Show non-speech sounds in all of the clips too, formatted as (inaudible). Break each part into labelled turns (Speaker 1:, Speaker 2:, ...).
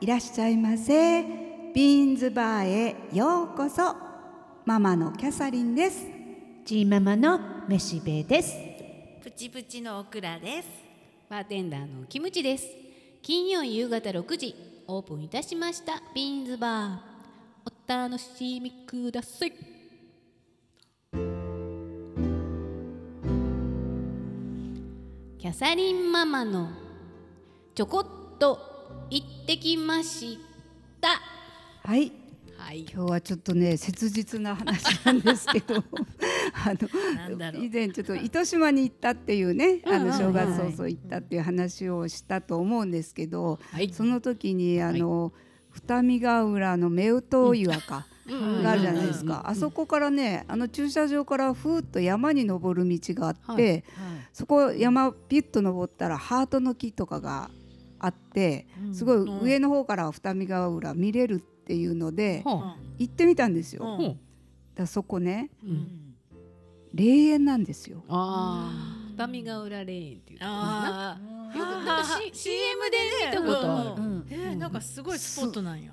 Speaker 1: いらっしゃいませビーンズバーへようこそママのキャサリンです
Speaker 2: チーママのめしべです。
Speaker 3: プチプチのオクラです。
Speaker 4: バーテンダーのキムチです金曜夕方6時オープンいたしましたビーンズバーお楽しみくださいキャサリンママのちょこっと行ってきました
Speaker 1: はい
Speaker 4: はい
Speaker 1: 今日はちょっとね切実な話なんですけ (laughs) どあ
Speaker 3: なんだろ
Speaker 1: の
Speaker 3: う
Speaker 1: 以前ちょっと糸島に行ったっていうねあ
Speaker 4: うんうん
Speaker 1: の
Speaker 4: うん
Speaker 1: 正月早々行ったっていう話をしたと思うんですけど、
Speaker 4: はい
Speaker 1: その時にあの、二見ヶ浦の目宇岩か、があるじゃないですか、あそこからねあの駐車場からふーっと山に登る道があって、
Speaker 4: は
Speaker 1: そこ山ピュッと登ったらハートの木とかがあって、すごい
Speaker 3: ん
Speaker 1: 上の方から二見ヶ浦見れるっていうので、
Speaker 3: う
Speaker 4: ほ
Speaker 1: 行ってみたんですよ、
Speaker 3: う
Speaker 1: だか
Speaker 3: ん
Speaker 1: らそこね
Speaker 4: ううん
Speaker 1: 霊園なんですよ
Speaker 4: ああ二見ヶ浦レーンっていうとこか
Speaker 3: ああ、
Speaker 4: よくなんか C-
Speaker 3: CM
Speaker 4: 見
Speaker 3: でね
Speaker 4: たことある
Speaker 3: うん
Speaker 4: うん
Speaker 3: えーなんかすごいスポットなんや。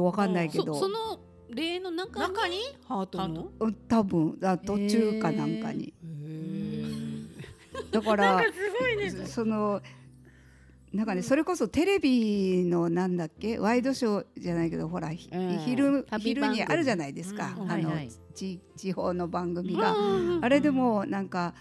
Speaker 1: わかんない
Speaker 4: な
Speaker 1: けど
Speaker 4: そその霊の中に
Speaker 3: 中に？
Speaker 4: ハート
Speaker 3: ハー
Speaker 4: の
Speaker 1: うん多分あ途中かなんかに、だか
Speaker 3: な
Speaker 1: ら
Speaker 3: んかすごいね。
Speaker 1: そのなんかねそれこそテレビのなんだっけワイドショーじゃないけどほら、ひ
Speaker 4: うん
Speaker 1: 昼
Speaker 4: 旅
Speaker 1: 昼
Speaker 4: 番組
Speaker 1: にあるじゃないですか、
Speaker 3: うん
Speaker 1: あの、
Speaker 2: はいはい
Speaker 1: ち地方の番組
Speaker 4: う
Speaker 1: が、
Speaker 4: んうん
Speaker 1: あれでもなんか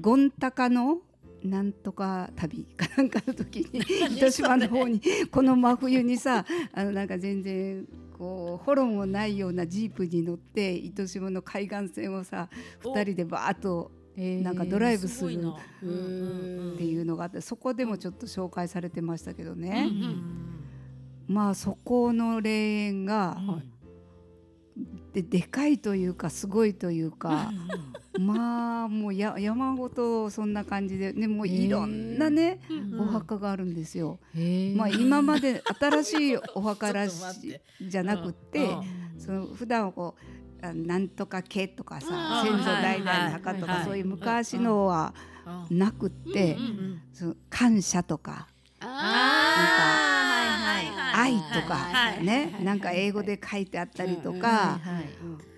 Speaker 1: ゴンタカのなんとか旅かなんかの時
Speaker 3: (laughs)
Speaker 1: に糸島の方にこの真冬にさあのなんか全然こうホロンもないようなジープに乗って糸島の海岸線をさ
Speaker 3: お
Speaker 1: 2人でバーッとな
Speaker 2: なん
Speaker 1: かドライブ
Speaker 3: す
Speaker 1: す
Speaker 3: ごい
Speaker 1: る
Speaker 3: な。
Speaker 4: うんうん
Speaker 1: っていうのがあってそこでもちょっと紹介されてましたけど
Speaker 3: うん
Speaker 1: ね、
Speaker 3: うん
Speaker 1: まあそこの霊園が
Speaker 3: うん
Speaker 1: ででかいというかすごいというかまあもうや山ごとそんな感じで、ね、もういろんなね
Speaker 3: うん
Speaker 1: お墓があるんですよ。
Speaker 2: ま
Speaker 1: まあ今まで新しいお墓ら
Speaker 3: (laughs) ちょっと待
Speaker 1: し
Speaker 3: っ
Speaker 1: じゃなくって、
Speaker 3: うん
Speaker 1: その普段はこうあなんとか家とかさ、
Speaker 4: うん
Speaker 1: 先祖代々の墓と
Speaker 3: はいはいは
Speaker 1: か
Speaker 3: い
Speaker 1: そういう昔のはなくって、
Speaker 4: うんうん
Speaker 1: その感謝とか。
Speaker 3: あーはいはい
Speaker 1: 愛
Speaker 3: はい
Speaker 1: とか
Speaker 3: はい
Speaker 1: ねなんか英語で書いてあったりと
Speaker 2: は
Speaker 1: か
Speaker 2: いは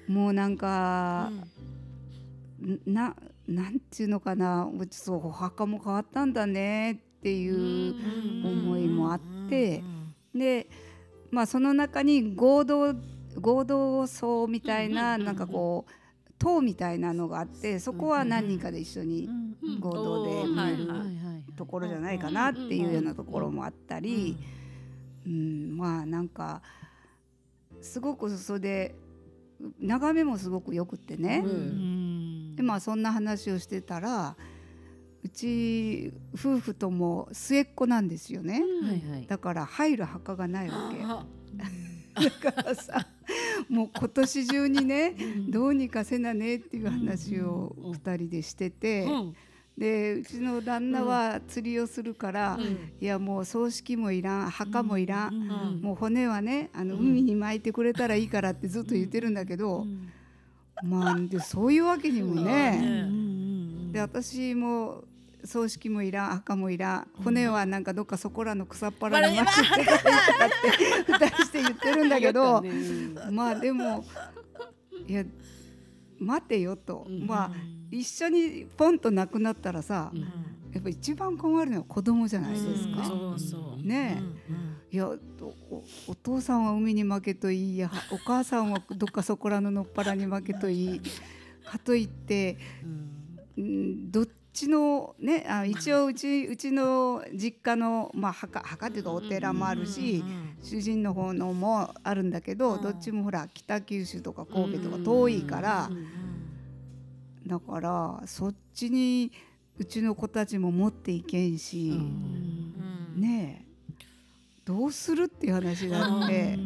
Speaker 2: い
Speaker 1: もうなん
Speaker 3: う
Speaker 1: か
Speaker 3: ん
Speaker 1: ななんていうのかなもうちょっとお墓も変わったんだねっていう思いもあってでまあその中に合同合同葬みたいななんかこう塔みたいなのがあってそこは何人かで一緒に
Speaker 2: うん
Speaker 1: 合同で
Speaker 3: うん
Speaker 1: 見
Speaker 3: はい
Speaker 1: れ
Speaker 3: はい
Speaker 1: るところじゃないかなっていうようなところもあったり。うん、まあなんかすごくそれで眺めもすごくよくってね、でまあそんな話をしてたらうち夫婦とも末っ子なんですよね、
Speaker 2: はいはい
Speaker 1: だから入る墓がないわ
Speaker 3: あ
Speaker 1: けだからさもう今年中にねどうにかせなねっていう話を2人でしてて、でうちの旦那は釣りをするから、いやもう葬式もいらん墓もいらん、
Speaker 3: うん
Speaker 1: もう骨はねあの海に巻いてくれたらいいからってずっと言ってるんだけど、まあでそういうわけにもね、で私も葬式もいらん墓もいらん骨はなんかどっかそこらの草っぱらに巻いてくれたらいいからって二人して言ってるんだけど、まあでもいや待てよと、まあ一緒にポンと亡くなったらさ、
Speaker 3: うん
Speaker 1: やっぱ一番困るのは子供じゃないですか。
Speaker 3: そうそう
Speaker 1: ねえいやおおお父さんは海に負けといいやお母さんはどっかそこらののっぱらに負けといいかといって、うん、どっちのねあ一応うちうちの実家の、まあ、墓墓っていうかお寺もあるし、主人の方のもあるんだけど、
Speaker 3: うん
Speaker 1: どっちもほら北九州とか神戸とか遠いから、だからそっちにうちの子たちも持っていけんし、ねえどうするっていう話があって。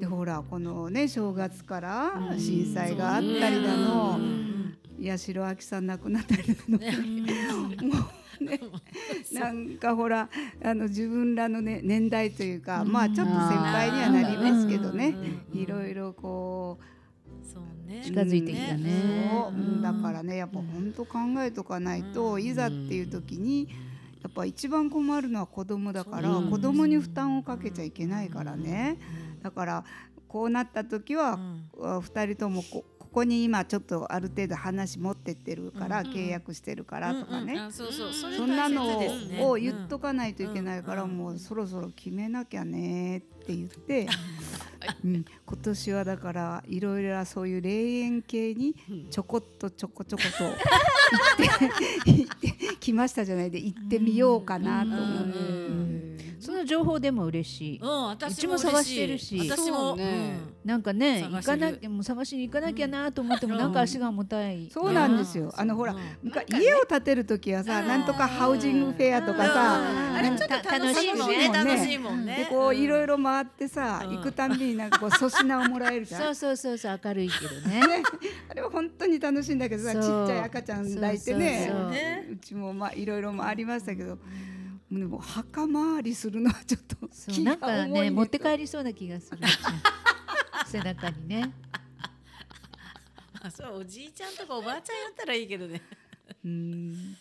Speaker 1: でほらこのね正月から震災があったりだの、八代亜紀さん亡くなったりだの、 (laughs) もうねなんかほらあの自分らの、ね、年代というか、まあちょっと先輩にはなりますけどね、いろいろこう
Speaker 3: そうね
Speaker 2: 近づいてきたね
Speaker 1: そう
Speaker 2: うん
Speaker 1: だからねやっぱ本当考えとかないと、いざっていう時にやっぱ一番困るのは子供だから、
Speaker 3: そう
Speaker 1: 子供に負担をかけちゃいけないからね、だからこうなった時は、あ二人ともこここに今ちょっとある程度話持ってってるから、
Speaker 3: うん
Speaker 1: 契約してるからとかね、
Speaker 3: うんうんあそうそうそれ
Speaker 1: そんなの
Speaker 3: 大
Speaker 1: を,、
Speaker 3: 切ですね
Speaker 1: 言っとかないといけないから、
Speaker 3: うん
Speaker 1: もうそろそろ決めなきゃねって言って、うん、今年はだからいろいろなそういう霊園系にちょこっとちょこちょこと行って行ってきましたじゃないで行ってみようかなと思って。
Speaker 3: うん
Speaker 1: うん
Speaker 5: その情報でも嬉しい。
Speaker 3: うん、私も
Speaker 5: うちも探してるし
Speaker 3: 嬉い私
Speaker 6: そ
Speaker 3: も、
Speaker 6: うね
Speaker 5: なんかね
Speaker 3: 探
Speaker 5: 行
Speaker 3: し
Speaker 5: か
Speaker 3: てる
Speaker 5: なきゃもう探しに行かなきゃなと思っても
Speaker 3: うん
Speaker 5: なんか足が重たい。
Speaker 1: そうなんですよ。あのほら、昔家を建てる時はさ、
Speaker 3: うん
Speaker 1: なんとかハウジングフェアとか
Speaker 3: うん
Speaker 1: さ、
Speaker 3: あれちょっと楽しいもんね、
Speaker 1: 楽
Speaker 3: 楽
Speaker 1: し
Speaker 3: し
Speaker 1: い
Speaker 3: いもんね。
Speaker 1: でこういろい
Speaker 3: ろ
Speaker 1: ろ回ってさ、
Speaker 3: うん
Speaker 1: 行くたんびになんかこう粗品をもらえるじゃん
Speaker 5: そ。うそうそうそう明るいけどね。
Speaker 1: あれは本当に楽しいんだけどさち
Speaker 5: そ
Speaker 1: っ
Speaker 5: う
Speaker 1: ちゃい赤ちゃん抱いてね
Speaker 5: そううそうそう
Speaker 3: ね
Speaker 1: ちもまあいろいろ回りましたけど、でも墓回りするのはちょっと
Speaker 5: そうなんかね持って
Speaker 1: る
Speaker 5: 帰りそうな気がする。 (laughs) 背中にね。
Speaker 3: あそうおじいちゃんとかおばあちゃんやったらいいけどね。
Speaker 1: うんね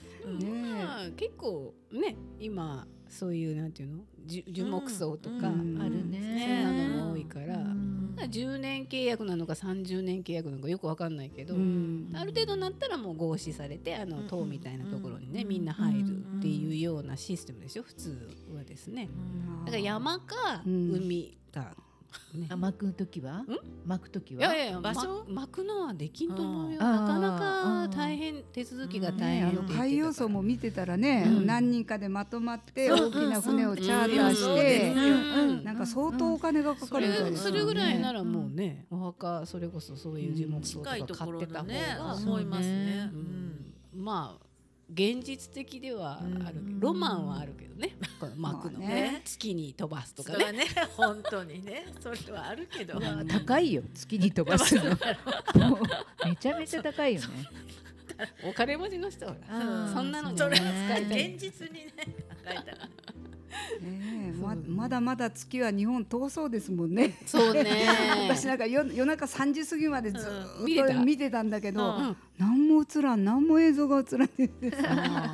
Speaker 6: まあ結構ね今そういうなんていうの樹樹木葬とかある
Speaker 3: う
Speaker 1: んうん
Speaker 6: ね、
Speaker 5: ね
Speaker 6: そんなのも多いから、
Speaker 5: うん
Speaker 6: 10年契約なのか30年契約なのかよくわかんないけど、
Speaker 1: うん
Speaker 6: ある程度になったらもう合祀されてあ
Speaker 3: うん
Speaker 6: の塔みたいなところにね、
Speaker 3: うん
Speaker 6: みんな入るっていうようなシステムでしょ普通はですね。だから山か
Speaker 1: うん
Speaker 6: 海か、ね
Speaker 5: あ巻く時は？巻く時
Speaker 6: い
Speaker 5: は？
Speaker 6: やいやいや
Speaker 3: 場所
Speaker 6: ま巻くのはできんと思うよ
Speaker 5: あー
Speaker 6: なかなか大変手続きが大
Speaker 1: ねあ
Speaker 6: 変
Speaker 1: の
Speaker 6: って言ってたから
Speaker 1: 海洋層も見てたらね、
Speaker 6: うん
Speaker 1: 何人かでまとまって大きな船をチャーター
Speaker 3: うん
Speaker 1: し
Speaker 3: うん
Speaker 1: て、
Speaker 3: うんうん
Speaker 1: なんか相当お金がか
Speaker 6: そ
Speaker 1: かるみたい
Speaker 6: れ
Speaker 1: です
Speaker 6: そ
Speaker 1: よね
Speaker 6: れぐらいならもうね、お墓それこそそういう樹木葬とか
Speaker 3: 近
Speaker 6: 買
Speaker 3: い
Speaker 6: っ
Speaker 3: ところ
Speaker 6: てた
Speaker 3: だ
Speaker 6: 方
Speaker 3: ね
Speaker 6: が、
Speaker 5: うん
Speaker 3: 思いますね
Speaker 6: う。んまあ現実的ではあるけど、
Speaker 5: うん
Speaker 6: ロマンはあるけどね、この巻くのね,、
Speaker 1: まあね
Speaker 6: 月に飛ばすと
Speaker 3: と
Speaker 6: か
Speaker 3: か
Speaker 6: ね
Speaker 3: ね本当にねそれはあるけど。
Speaker 5: うわ高いよ月に飛ば
Speaker 6: (laughs)
Speaker 5: すのもうめちゃめちゃ高いよね
Speaker 6: お金持ちの人は
Speaker 5: あー
Speaker 6: そんなのに
Speaker 3: そ
Speaker 6: 使い
Speaker 3: れ
Speaker 5: ね
Speaker 6: たい
Speaker 3: 現実にね考えたら。
Speaker 1: ねえままだまだ月は日本遠そうですもんね。
Speaker 6: そうね
Speaker 1: 私なんか夜夜中3時過ぎまでず
Speaker 6: うん見て
Speaker 1: ーったと見てたんだけど、
Speaker 3: うん
Speaker 1: 何も映らん何も映像が映らないんです (laughs)
Speaker 6: あ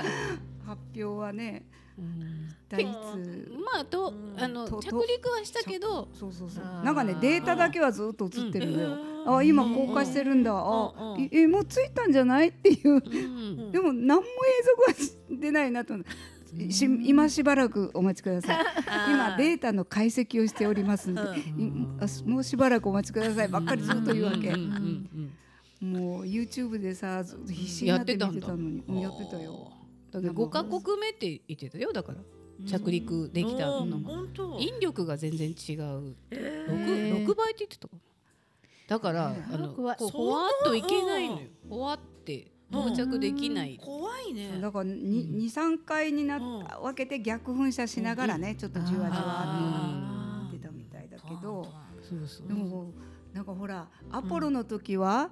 Speaker 1: 発表はね
Speaker 6: ーうん
Speaker 1: 一体いつ
Speaker 6: まあと
Speaker 3: うん
Speaker 6: あの
Speaker 1: とと
Speaker 6: 着陸はしたけど
Speaker 1: そうそうそう
Speaker 5: あー
Speaker 1: なんかねデータだけはずっと映ってるのよ、
Speaker 3: うん
Speaker 1: あ今公開してるんだ、
Speaker 3: うんう
Speaker 1: あ
Speaker 3: ん
Speaker 1: ええもう着いたんじゃないっていう、
Speaker 6: うん
Speaker 1: でも何も映像が出ないなと思ってし今しばらくお待ちください今データの解析をしておりますんで、いあすもうしばらくお待ちくださいばっかりずっと言うわけ、
Speaker 6: うんうんうん
Speaker 1: もう YouTube でさずっと必死になって見てたのにうんやってたよ。
Speaker 6: だけど5カ国目って言ってたよだから着陸できた
Speaker 3: う
Speaker 6: の
Speaker 3: ん
Speaker 6: が
Speaker 3: 本当。
Speaker 6: 引力が全然違う
Speaker 3: え
Speaker 6: 6
Speaker 5: へー
Speaker 6: 六倍って言ってたかなだから
Speaker 1: ね
Speaker 6: あ
Speaker 5: な
Speaker 6: の
Speaker 5: んかわ
Speaker 6: こう
Speaker 3: 相当
Speaker 6: ほわっといけないのよほわって
Speaker 3: うん
Speaker 6: 到着できない
Speaker 3: ー怖いね。
Speaker 1: だからに二三回になった分けて逆噴射しながらねちょっとじわじわ
Speaker 3: あー
Speaker 1: って出たみたいだけど
Speaker 6: そうそう
Speaker 1: でもなんかほらアポロの時は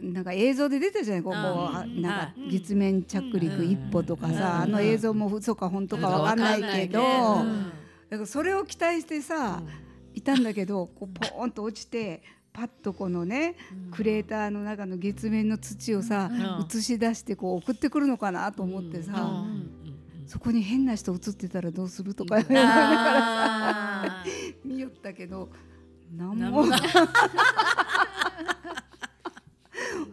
Speaker 1: なんか映像で出たじゃないここ
Speaker 3: あ
Speaker 1: は
Speaker 3: ー
Speaker 1: なんか月面着陸一歩とかさあ
Speaker 6: うん
Speaker 1: の映像も嘘か本当かわかんないけど
Speaker 6: わ
Speaker 1: だ
Speaker 6: か
Speaker 3: うん
Speaker 6: ない
Speaker 1: からそれを期待してさいたんだけどこうポーンと落ちてパッとこのねクレーターの中の月面の土をさ
Speaker 3: うん
Speaker 1: 映し出してこう送ってくるのかなと思って
Speaker 6: うん
Speaker 1: さ
Speaker 6: うんうん
Speaker 1: そこに変な人映ってたらどうするとか
Speaker 6: う
Speaker 1: 思い
Speaker 6: ん
Speaker 1: ながら
Speaker 3: あー
Speaker 1: 見よったけど何
Speaker 3: なん
Speaker 1: も
Speaker 3: もない
Speaker 1: (laughs)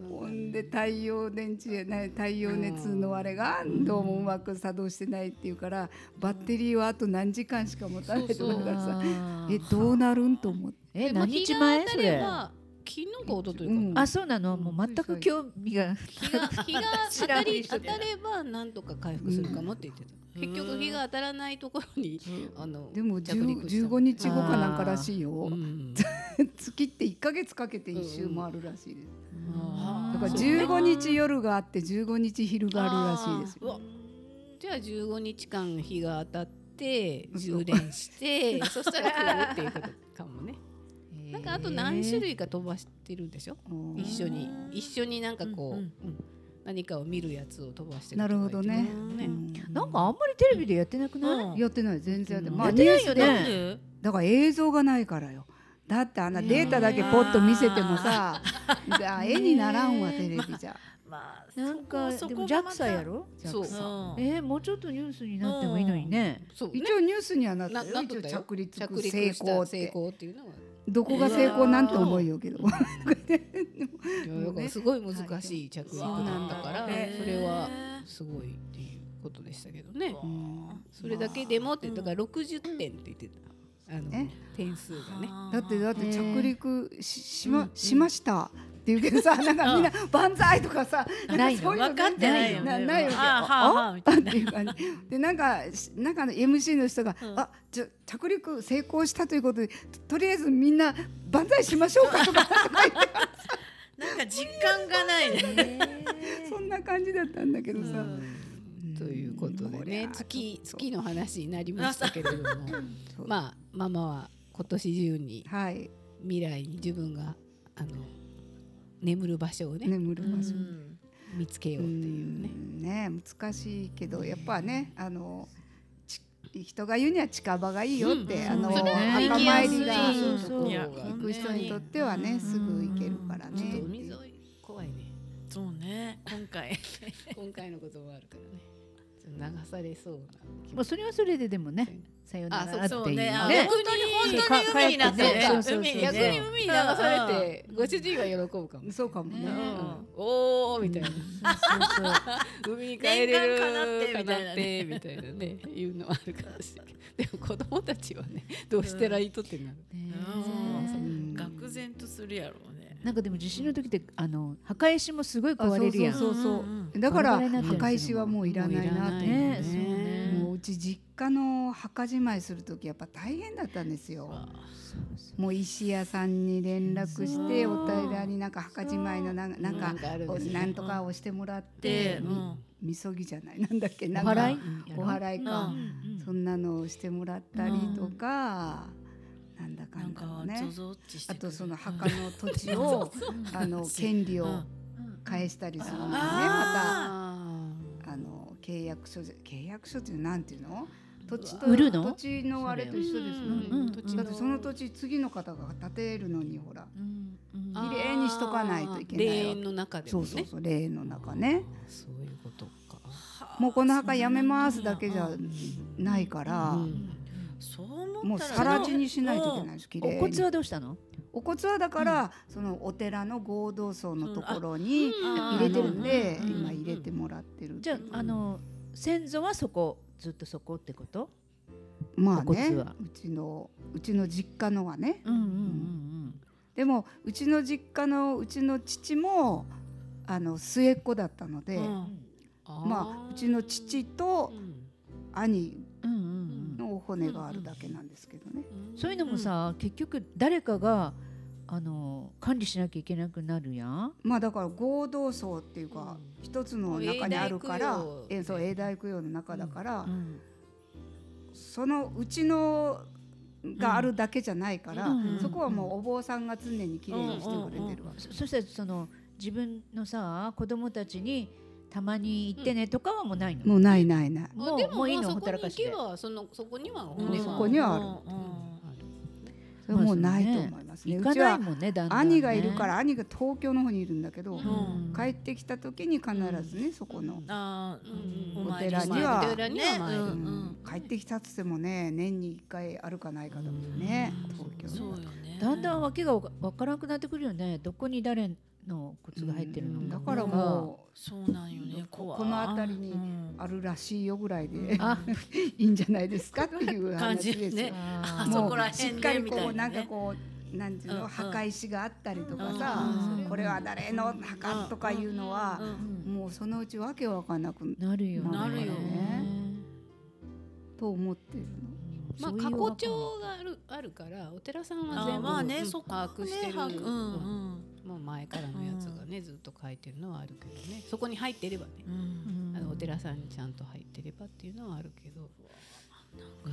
Speaker 1: ほんで太陽電池じゃない太陽熱のあれがどうもうまく作動してないっていうからバッテリーはあと何時間しか持たないとかだからさ
Speaker 5: あ
Speaker 1: え
Speaker 5: ー
Speaker 1: どうなるんと思って
Speaker 5: え
Speaker 6: でまあ
Speaker 5: 何日前
Speaker 6: 日が
Speaker 5: そ
Speaker 6: 当たれ
Speaker 5: れ
Speaker 6: ば昨日か一昨日か
Speaker 1: うん
Speaker 6: な
Speaker 5: あそうなのもう全く興味が
Speaker 6: 日
Speaker 5: (laughs)
Speaker 6: が日が当
Speaker 5: 知ら
Speaker 6: た
Speaker 5: んふり
Speaker 6: り
Speaker 5: し
Speaker 6: 当
Speaker 5: てた
Speaker 6: たればなんとか回復するかもって言ってた結局日が当たらないところにあの
Speaker 1: でも
Speaker 6: 着陸した
Speaker 1: 10 15日後かなんからしい
Speaker 6: うん
Speaker 1: よ
Speaker 6: うん
Speaker 1: 月って1ヶ月かけて1周回るらしいです
Speaker 6: あー
Speaker 1: だから
Speaker 6: そうね
Speaker 1: 15日夜があって15日昼があるらしいですよ
Speaker 6: うわじゃあ15日間日が当たって
Speaker 1: 嘘
Speaker 6: 充電して
Speaker 1: (laughs)
Speaker 6: そしたら来るっていうことかもねなんかあと何種類か飛ばしてるんでしょ
Speaker 1: うん
Speaker 6: 一緒に一緒になんかこう、
Speaker 3: うんうん
Speaker 6: うん何かを見るやつを飛ばして
Speaker 1: な
Speaker 6: と
Speaker 1: る
Speaker 6: か
Speaker 1: ほど
Speaker 6: 言ってた
Speaker 1: ね
Speaker 6: もん
Speaker 5: なんかあんまりテレビでやってなくない、
Speaker 1: やってない全然やってないまあ
Speaker 5: やっ
Speaker 1: ニ
Speaker 5: て
Speaker 1: ュ
Speaker 5: な
Speaker 1: ース
Speaker 5: いよ
Speaker 3: なん
Speaker 5: ね
Speaker 3: で
Speaker 1: だから映像がないからよ
Speaker 6: (laughs)
Speaker 1: だってあんなデータだけポッと見せてもさ、じゃあ絵にならんわテレビじゃ、
Speaker 3: まあ
Speaker 5: なんか
Speaker 3: そこ
Speaker 5: で
Speaker 3: そ
Speaker 5: も
Speaker 3: こがまた
Speaker 5: JAXA やろ
Speaker 6: そう
Speaker 5: JAXA
Speaker 3: うん
Speaker 5: えーもうちょっとニュースになってもいいのにね
Speaker 6: そうね
Speaker 1: 一応ニュースにはなった
Speaker 6: な
Speaker 1: よ
Speaker 6: なっ
Speaker 1: 一
Speaker 6: と
Speaker 1: 応
Speaker 6: ったよ
Speaker 1: 着陸
Speaker 6: 着陸
Speaker 1: 成
Speaker 6: した
Speaker 1: 功っ
Speaker 6: 成
Speaker 1: て
Speaker 6: 功っていうのは
Speaker 1: どこが成功なんて思いよう
Speaker 6: (laughs)
Speaker 1: けど
Speaker 6: いやだからすごい難しい着陸だったから、
Speaker 3: うわー
Speaker 6: それはすごいっていうことでしたけどね。
Speaker 1: うん
Speaker 6: それだけでもってだから60点って言ってた、あの
Speaker 1: ね
Speaker 6: 点数がね。
Speaker 1: だってだって
Speaker 5: ね
Speaker 1: 着陸ししましましたっていうけどさなんかみんな万歳とかさ
Speaker 5: ないの
Speaker 1: そういうの
Speaker 3: 分かってないよね
Speaker 1: なないよね
Speaker 3: あーはあはあみたいな
Speaker 1: っていう感じでなんかしなんかの MC の人が「
Speaker 3: うん
Speaker 1: あじゃ着陸成功したということでととりあえずみんな万歳しましょうか」と
Speaker 3: (laughs)
Speaker 1: かとか言って
Speaker 3: なんか実感がないね
Speaker 1: そんな感じだったんだけどさ。
Speaker 6: ということで
Speaker 1: こり
Speaker 6: ね
Speaker 1: ゃ
Speaker 6: 月
Speaker 1: ちょっと
Speaker 6: 月の話になりましたけれどもまあママは今年中に
Speaker 1: はい
Speaker 6: 未来に自分があの眠る場所をね
Speaker 1: 眠る場所
Speaker 3: うん
Speaker 6: 見つけよう
Speaker 1: う
Speaker 6: っ
Speaker 1: ん
Speaker 6: ていう
Speaker 1: ね
Speaker 6: ね。
Speaker 1: 難しいけどやっぱねあのち人が言うには近場がいいよって、
Speaker 3: うん
Speaker 1: あの
Speaker 3: それは
Speaker 1: 墓参りが
Speaker 3: 行きやすい
Speaker 1: そう
Speaker 6: と
Speaker 1: そう
Speaker 6: ころ
Speaker 3: い
Speaker 6: が
Speaker 3: や
Speaker 1: 行
Speaker 3: 本
Speaker 1: く人にとってはね、
Speaker 3: うん
Speaker 1: すぐ行けるから
Speaker 6: ちょっ
Speaker 1: ね
Speaker 6: と。海沿い怖いね。
Speaker 3: そうね今回
Speaker 6: 今回のこともあるからね。ちょっと流されそうな気
Speaker 5: (laughs) まあ
Speaker 6: 持ち。
Speaker 5: それはそれででもねさよならって
Speaker 6: あ
Speaker 5: い
Speaker 6: そう
Speaker 5: うね
Speaker 3: あ
Speaker 6: ね
Speaker 3: 本当に本当に海になった
Speaker 5: そう
Speaker 3: ね
Speaker 5: そうそう
Speaker 3: 海に
Speaker 6: 逆に
Speaker 3: ね
Speaker 6: 海に流されてご主人は喜ぶかも。
Speaker 1: そうかもね。
Speaker 3: ね
Speaker 6: うんおおみたいな。
Speaker 5: そうそう
Speaker 6: 海に帰れる
Speaker 3: 念願叶ってみたい
Speaker 6: 叶っ
Speaker 3: なね
Speaker 6: てみたいなねいうのはあるかもしれないけどでも子供たちはねどうしたらいいとってなる、
Speaker 5: ね
Speaker 1: う
Speaker 3: う
Speaker 1: んん
Speaker 3: 愕然とするやろうね
Speaker 5: なんかでも地震の時ってあの墓石もすごい壊れるやん
Speaker 1: あそうそうそう
Speaker 3: うんうん
Speaker 1: だから
Speaker 5: これぐらいになってるんで
Speaker 1: 墓
Speaker 5: すよ
Speaker 1: 石はもういらないなと思って
Speaker 5: もういらない
Speaker 1: ね
Speaker 5: ねそうね
Speaker 1: もううち実家の墓じまいする時やっぱ大変だったんですよもう石屋さんに連絡して
Speaker 3: そう
Speaker 1: お平になんか墓じまいのなんかなんか
Speaker 6: あるん
Speaker 1: お
Speaker 6: ですよ
Speaker 1: なんとかをしてもらって
Speaker 3: で、うん
Speaker 1: みそぎじゃないなんだっけ
Speaker 5: お
Speaker 1: なんか
Speaker 5: 祓い
Speaker 1: お祓いか
Speaker 3: う、
Speaker 1: そんなのをしてもらったりとか、なんだか
Speaker 3: なん
Speaker 1: んだ
Speaker 3: か
Speaker 1: のね
Speaker 3: ゾゾッチして
Speaker 1: あ
Speaker 3: くる
Speaker 1: とその墓の土地をあの権利
Speaker 3: う
Speaker 1: を
Speaker 3: ん
Speaker 1: 返したりするのねまた
Speaker 3: あ
Speaker 1: あの契約書じゃ契約書っていうのなんていうの土地と
Speaker 5: 売るの
Speaker 1: 土地のあれと一緒ですもんね、
Speaker 5: うん
Speaker 1: だってその土地次の方が建てるのにほら
Speaker 5: あ
Speaker 1: 綺麗にしとかないといけないわけ
Speaker 6: 霊園の中でも
Speaker 1: そ
Speaker 6: ね
Speaker 1: うそうそう霊の中ね
Speaker 6: そういうことか、
Speaker 1: もうこの墓やめますだけじゃないから、
Speaker 6: うん
Speaker 3: そう思ったら
Speaker 1: もう更地にしないといけないで
Speaker 3: い
Speaker 1: す綺
Speaker 5: お
Speaker 1: 麗
Speaker 5: 骨
Speaker 1: に
Speaker 5: はどうしたの
Speaker 1: お骨はだから、そのお寺の合同葬のところに入れてるんで、
Speaker 3: うん
Speaker 1: 今入れてもらってる
Speaker 5: じゃああの先祖はそこずっとそこってこと
Speaker 1: まあ
Speaker 5: お
Speaker 1: ね
Speaker 5: 骨は
Speaker 1: うちのうちの実家のはね
Speaker 5: うんうんうん
Speaker 1: でもうちの実家のうちの父もあの末っ子だったので、まあうちの父と
Speaker 6: うん
Speaker 1: 兄
Speaker 5: うんうん
Speaker 1: のお骨があるだけなんですけどね。
Speaker 5: そういうのもさ結局誰かがあの管理しなきゃいけなくなるやん
Speaker 1: まあだから合同葬っていうか、一つの中にあるから
Speaker 6: もう永代供養
Speaker 1: えそう永代供養の中だから、
Speaker 5: うん
Speaker 1: そのうちのがあるだけじゃないから、
Speaker 5: うんうん
Speaker 1: そこはもうお坊さんが常にきれいにしてくれてるわけ、
Speaker 5: そそしたらその自分のさ子供たちにたまに行ってねとかはもうないの、
Speaker 1: もうないないない。
Speaker 6: あ
Speaker 5: も
Speaker 6: で
Speaker 5: うも
Speaker 6: も
Speaker 5: ういい
Speaker 6: ま
Speaker 5: の
Speaker 6: あ
Speaker 5: ほ
Speaker 6: そ
Speaker 5: っ
Speaker 6: こ
Speaker 5: たら
Speaker 6: に
Speaker 5: か
Speaker 6: 行
Speaker 5: し
Speaker 6: け
Speaker 5: て
Speaker 6: ばそのそこには
Speaker 3: うん
Speaker 6: 骨は
Speaker 1: そこにはある
Speaker 3: うん
Speaker 1: それもうないと思いますね。
Speaker 5: 行
Speaker 1: う
Speaker 5: か
Speaker 1: ち
Speaker 5: ない
Speaker 1: は
Speaker 5: もんねだんだんね
Speaker 1: 兄がいるから兄が東京の方にいるんだけど、
Speaker 3: うん
Speaker 5: うん
Speaker 1: 帰ってきた時に必ずね、そこの、
Speaker 3: あーうん
Speaker 1: お
Speaker 3: 参り
Speaker 1: 寺
Speaker 3: し
Speaker 1: に
Speaker 3: て
Speaker 1: は
Speaker 6: お寺には参る
Speaker 3: ね
Speaker 1: う
Speaker 3: うんん
Speaker 1: 帰ってきたっつってもね年に一回あるかないかだもんね、
Speaker 3: うん
Speaker 1: 東
Speaker 3: そ
Speaker 1: 京
Speaker 3: う
Speaker 1: ね
Speaker 3: よね
Speaker 5: だんだんわけがわわからなくなってくるよねどこに誰の
Speaker 1: う
Speaker 5: 靴
Speaker 1: ん
Speaker 5: が入ってるの
Speaker 1: だからも
Speaker 3: そうなんよね
Speaker 1: こ
Speaker 3: 怖
Speaker 1: この辺りに
Speaker 3: うん
Speaker 1: うあるらしいよぐら (laughs) いで、
Speaker 3: う
Speaker 5: あ
Speaker 1: いいんじゃないですかっていう
Speaker 3: 感
Speaker 1: 話
Speaker 3: じ
Speaker 1: ですよ
Speaker 3: ね。
Speaker 5: あー
Speaker 3: そ
Speaker 1: も
Speaker 3: こら
Speaker 1: うし
Speaker 3: 辺
Speaker 1: っ
Speaker 3: で
Speaker 1: かりこ
Speaker 3: みた
Speaker 1: う
Speaker 3: い
Speaker 1: な
Speaker 3: なんね
Speaker 1: かこうなんていう
Speaker 3: うんう
Speaker 1: の
Speaker 3: ん
Speaker 1: 墓石があったりとか
Speaker 3: うん
Speaker 1: さ
Speaker 3: うん
Speaker 1: これは誰の墓とかいうのは
Speaker 3: うん
Speaker 1: もうそのうちわけわかんなく
Speaker 5: なるよね
Speaker 3: なるよ
Speaker 1: と思ってるの。
Speaker 6: まあ
Speaker 5: そうい
Speaker 6: 過去
Speaker 5: うわけも
Speaker 6: 帳があるあるからお寺さんは
Speaker 3: あ
Speaker 6: 全
Speaker 3: ー
Speaker 6: 部
Speaker 3: まあね
Speaker 6: うん
Speaker 3: そこ
Speaker 6: 把握して
Speaker 3: ね
Speaker 6: る
Speaker 3: 把握うん
Speaker 6: もう前からのやつがねずっと書いてるのはあるけどねそこに入ってればね
Speaker 3: うんうん
Speaker 6: あのお寺さんにちゃんと入ってればっていうのはあるけど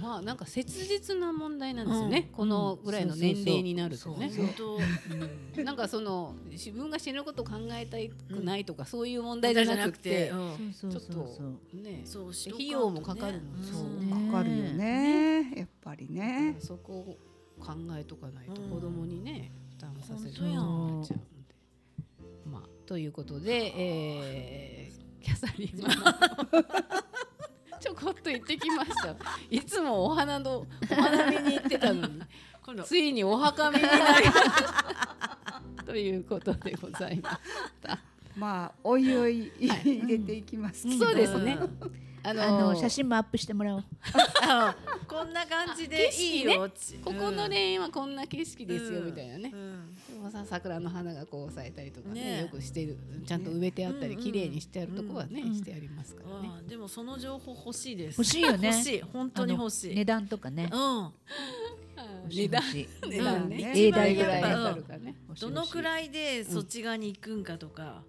Speaker 6: まあなんか切実な問題なんですよね、このぐらいの年齢になるとね。
Speaker 3: 本
Speaker 1: (laughs)
Speaker 3: 当
Speaker 6: なんかその自分が死ぬことを考えたくないとか、そういう問題じゃなくて
Speaker 3: う
Speaker 5: そ
Speaker 3: ん
Speaker 5: うそうそうそう
Speaker 6: ね
Speaker 3: そうしとかんとね
Speaker 6: 費用もかかるの
Speaker 3: そう
Speaker 6: うん
Speaker 1: か
Speaker 5: ね
Speaker 1: かるよねやっぱりね。
Speaker 6: そこを考えとかないと
Speaker 3: うん
Speaker 6: 子供にね負担させること
Speaker 3: 本当やん
Speaker 6: になっちゃうんで、まあとということで、えーキャサリンママちょこっと行ってきましたいつもお花のお花見に行ってたのに
Speaker 3: 今度
Speaker 6: ついにお墓見になりましたということでございます
Speaker 1: まあおいおい入れていきますけど
Speaker 6: そうですね。あの
Speaker 5: あの写真もアップしてもらおう。
Speaker 3: あこんな感じで
Speaker 6: 景
Speaker 3: いい
Speaker 6: 色ね
Speaker 3: よ、
Speaker 6: ここの
Speaker 3: ね
Speaker 6: 霊園はこんな景色ですよ
Speaker 3: うん
Speaker 6: みたいなね。でもさ桜の花がこう咲いたりとかね
Speaker 3: ね
Speaker 6: よくしているちゃんと植えてあったり、
Speaker 3: ね
Speaker 6: 綺麗にしてあるとこはね、
Speaker 5: うんうん
Speaker 6: してありますからね。
Speaker 3: でもその情報欲しいです
Speaker 5: 欲しいよね
Speaker 3: 欲しい本当に欲しい、
Speaker 5: 値段とかね。
Speaker 3: うん
Speaker 6: 値段
Speaker 5: 欲しい欲しい
Speaker 6: 値段
Speaker 1: うん
Speaker 6: ね
Speaker 1: 一
Speaker 5: 番
Speaker 6: どれぐらい
Speaker 5: やっぱ
Speaker 6: かかるかね。
Speaker 5: 欲しい
Speaker 3: どのくらいでそっち側に行くんかとか、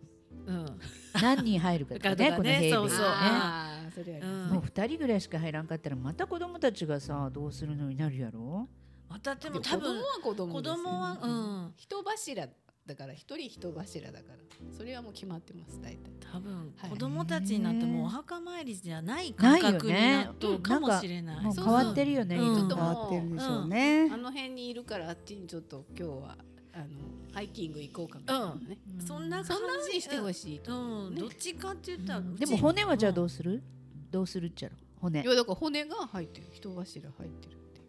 Speaker 3: うん、
Speaker 5: 何人入るかとか
Speaker 3: だ
Speaker 5: ね
Speaker 3: から
Speaker 5: この
Speaker 3: ね
Speaker 5: 平
Speaker 3: そ
Speaker 5: 米
Speaker 3: うそう
Speaker 5: がね。
Speaker 6: ああそれはあり
Speaker 3: う
Speaker 6: ま
Speaker 3: ん
Speaker 5: もう二人ぐらいしか入らんかったらまた子供たちがさどうするのになるやろ。
Speaker 3: またですも多分
Speaker 6: 子供は子供
Speaker 3: 子
Speaker 6: ですよね
Speaker 3: 供は、うん、
Speaker 6: 人柱だから一人人柱だからそれはもう決まってます大体。
Speaker 3: 多分
Speaker 6: はい
Speaker 3: 子供たちになってもお墓参りじゃない
Speaker 5: な
Speaker 3: 感
Speaker 5: いよね
Speaker 3: 覚になっとるかもしれない。
Speaker 5: もう
Speaker 6: そう
Speaker 5: 変
Speaker 6: そう
Speaker 5: わってるよね。
Speaker 3: うん
Speaker 5: いつも
Speaker 1: 変
Speaker 6: と
Speaker 1: わ
Speaker 6: も
Speaker 1: ってるでしょうね
Speaker 6: あの辺にいるからあっちにちょっと今日はあのハイキング行こうかみたいなね。
Speaker 3: そんな
Speaker 6: そ
Speaker 3: 感
Speaker 6: んな風
Speaker 3: じ
Speaker 6: にしてほしいと。
Speaker 3: うん、
Speaker 6: ね
Speaker 3: どっちかって言ったら、うち
Speaker 5: でも骨はじゃあどうする？どうするっちゃろ。骨
Speaker 6: い。やだから骨が入ってる人柱入ってるってい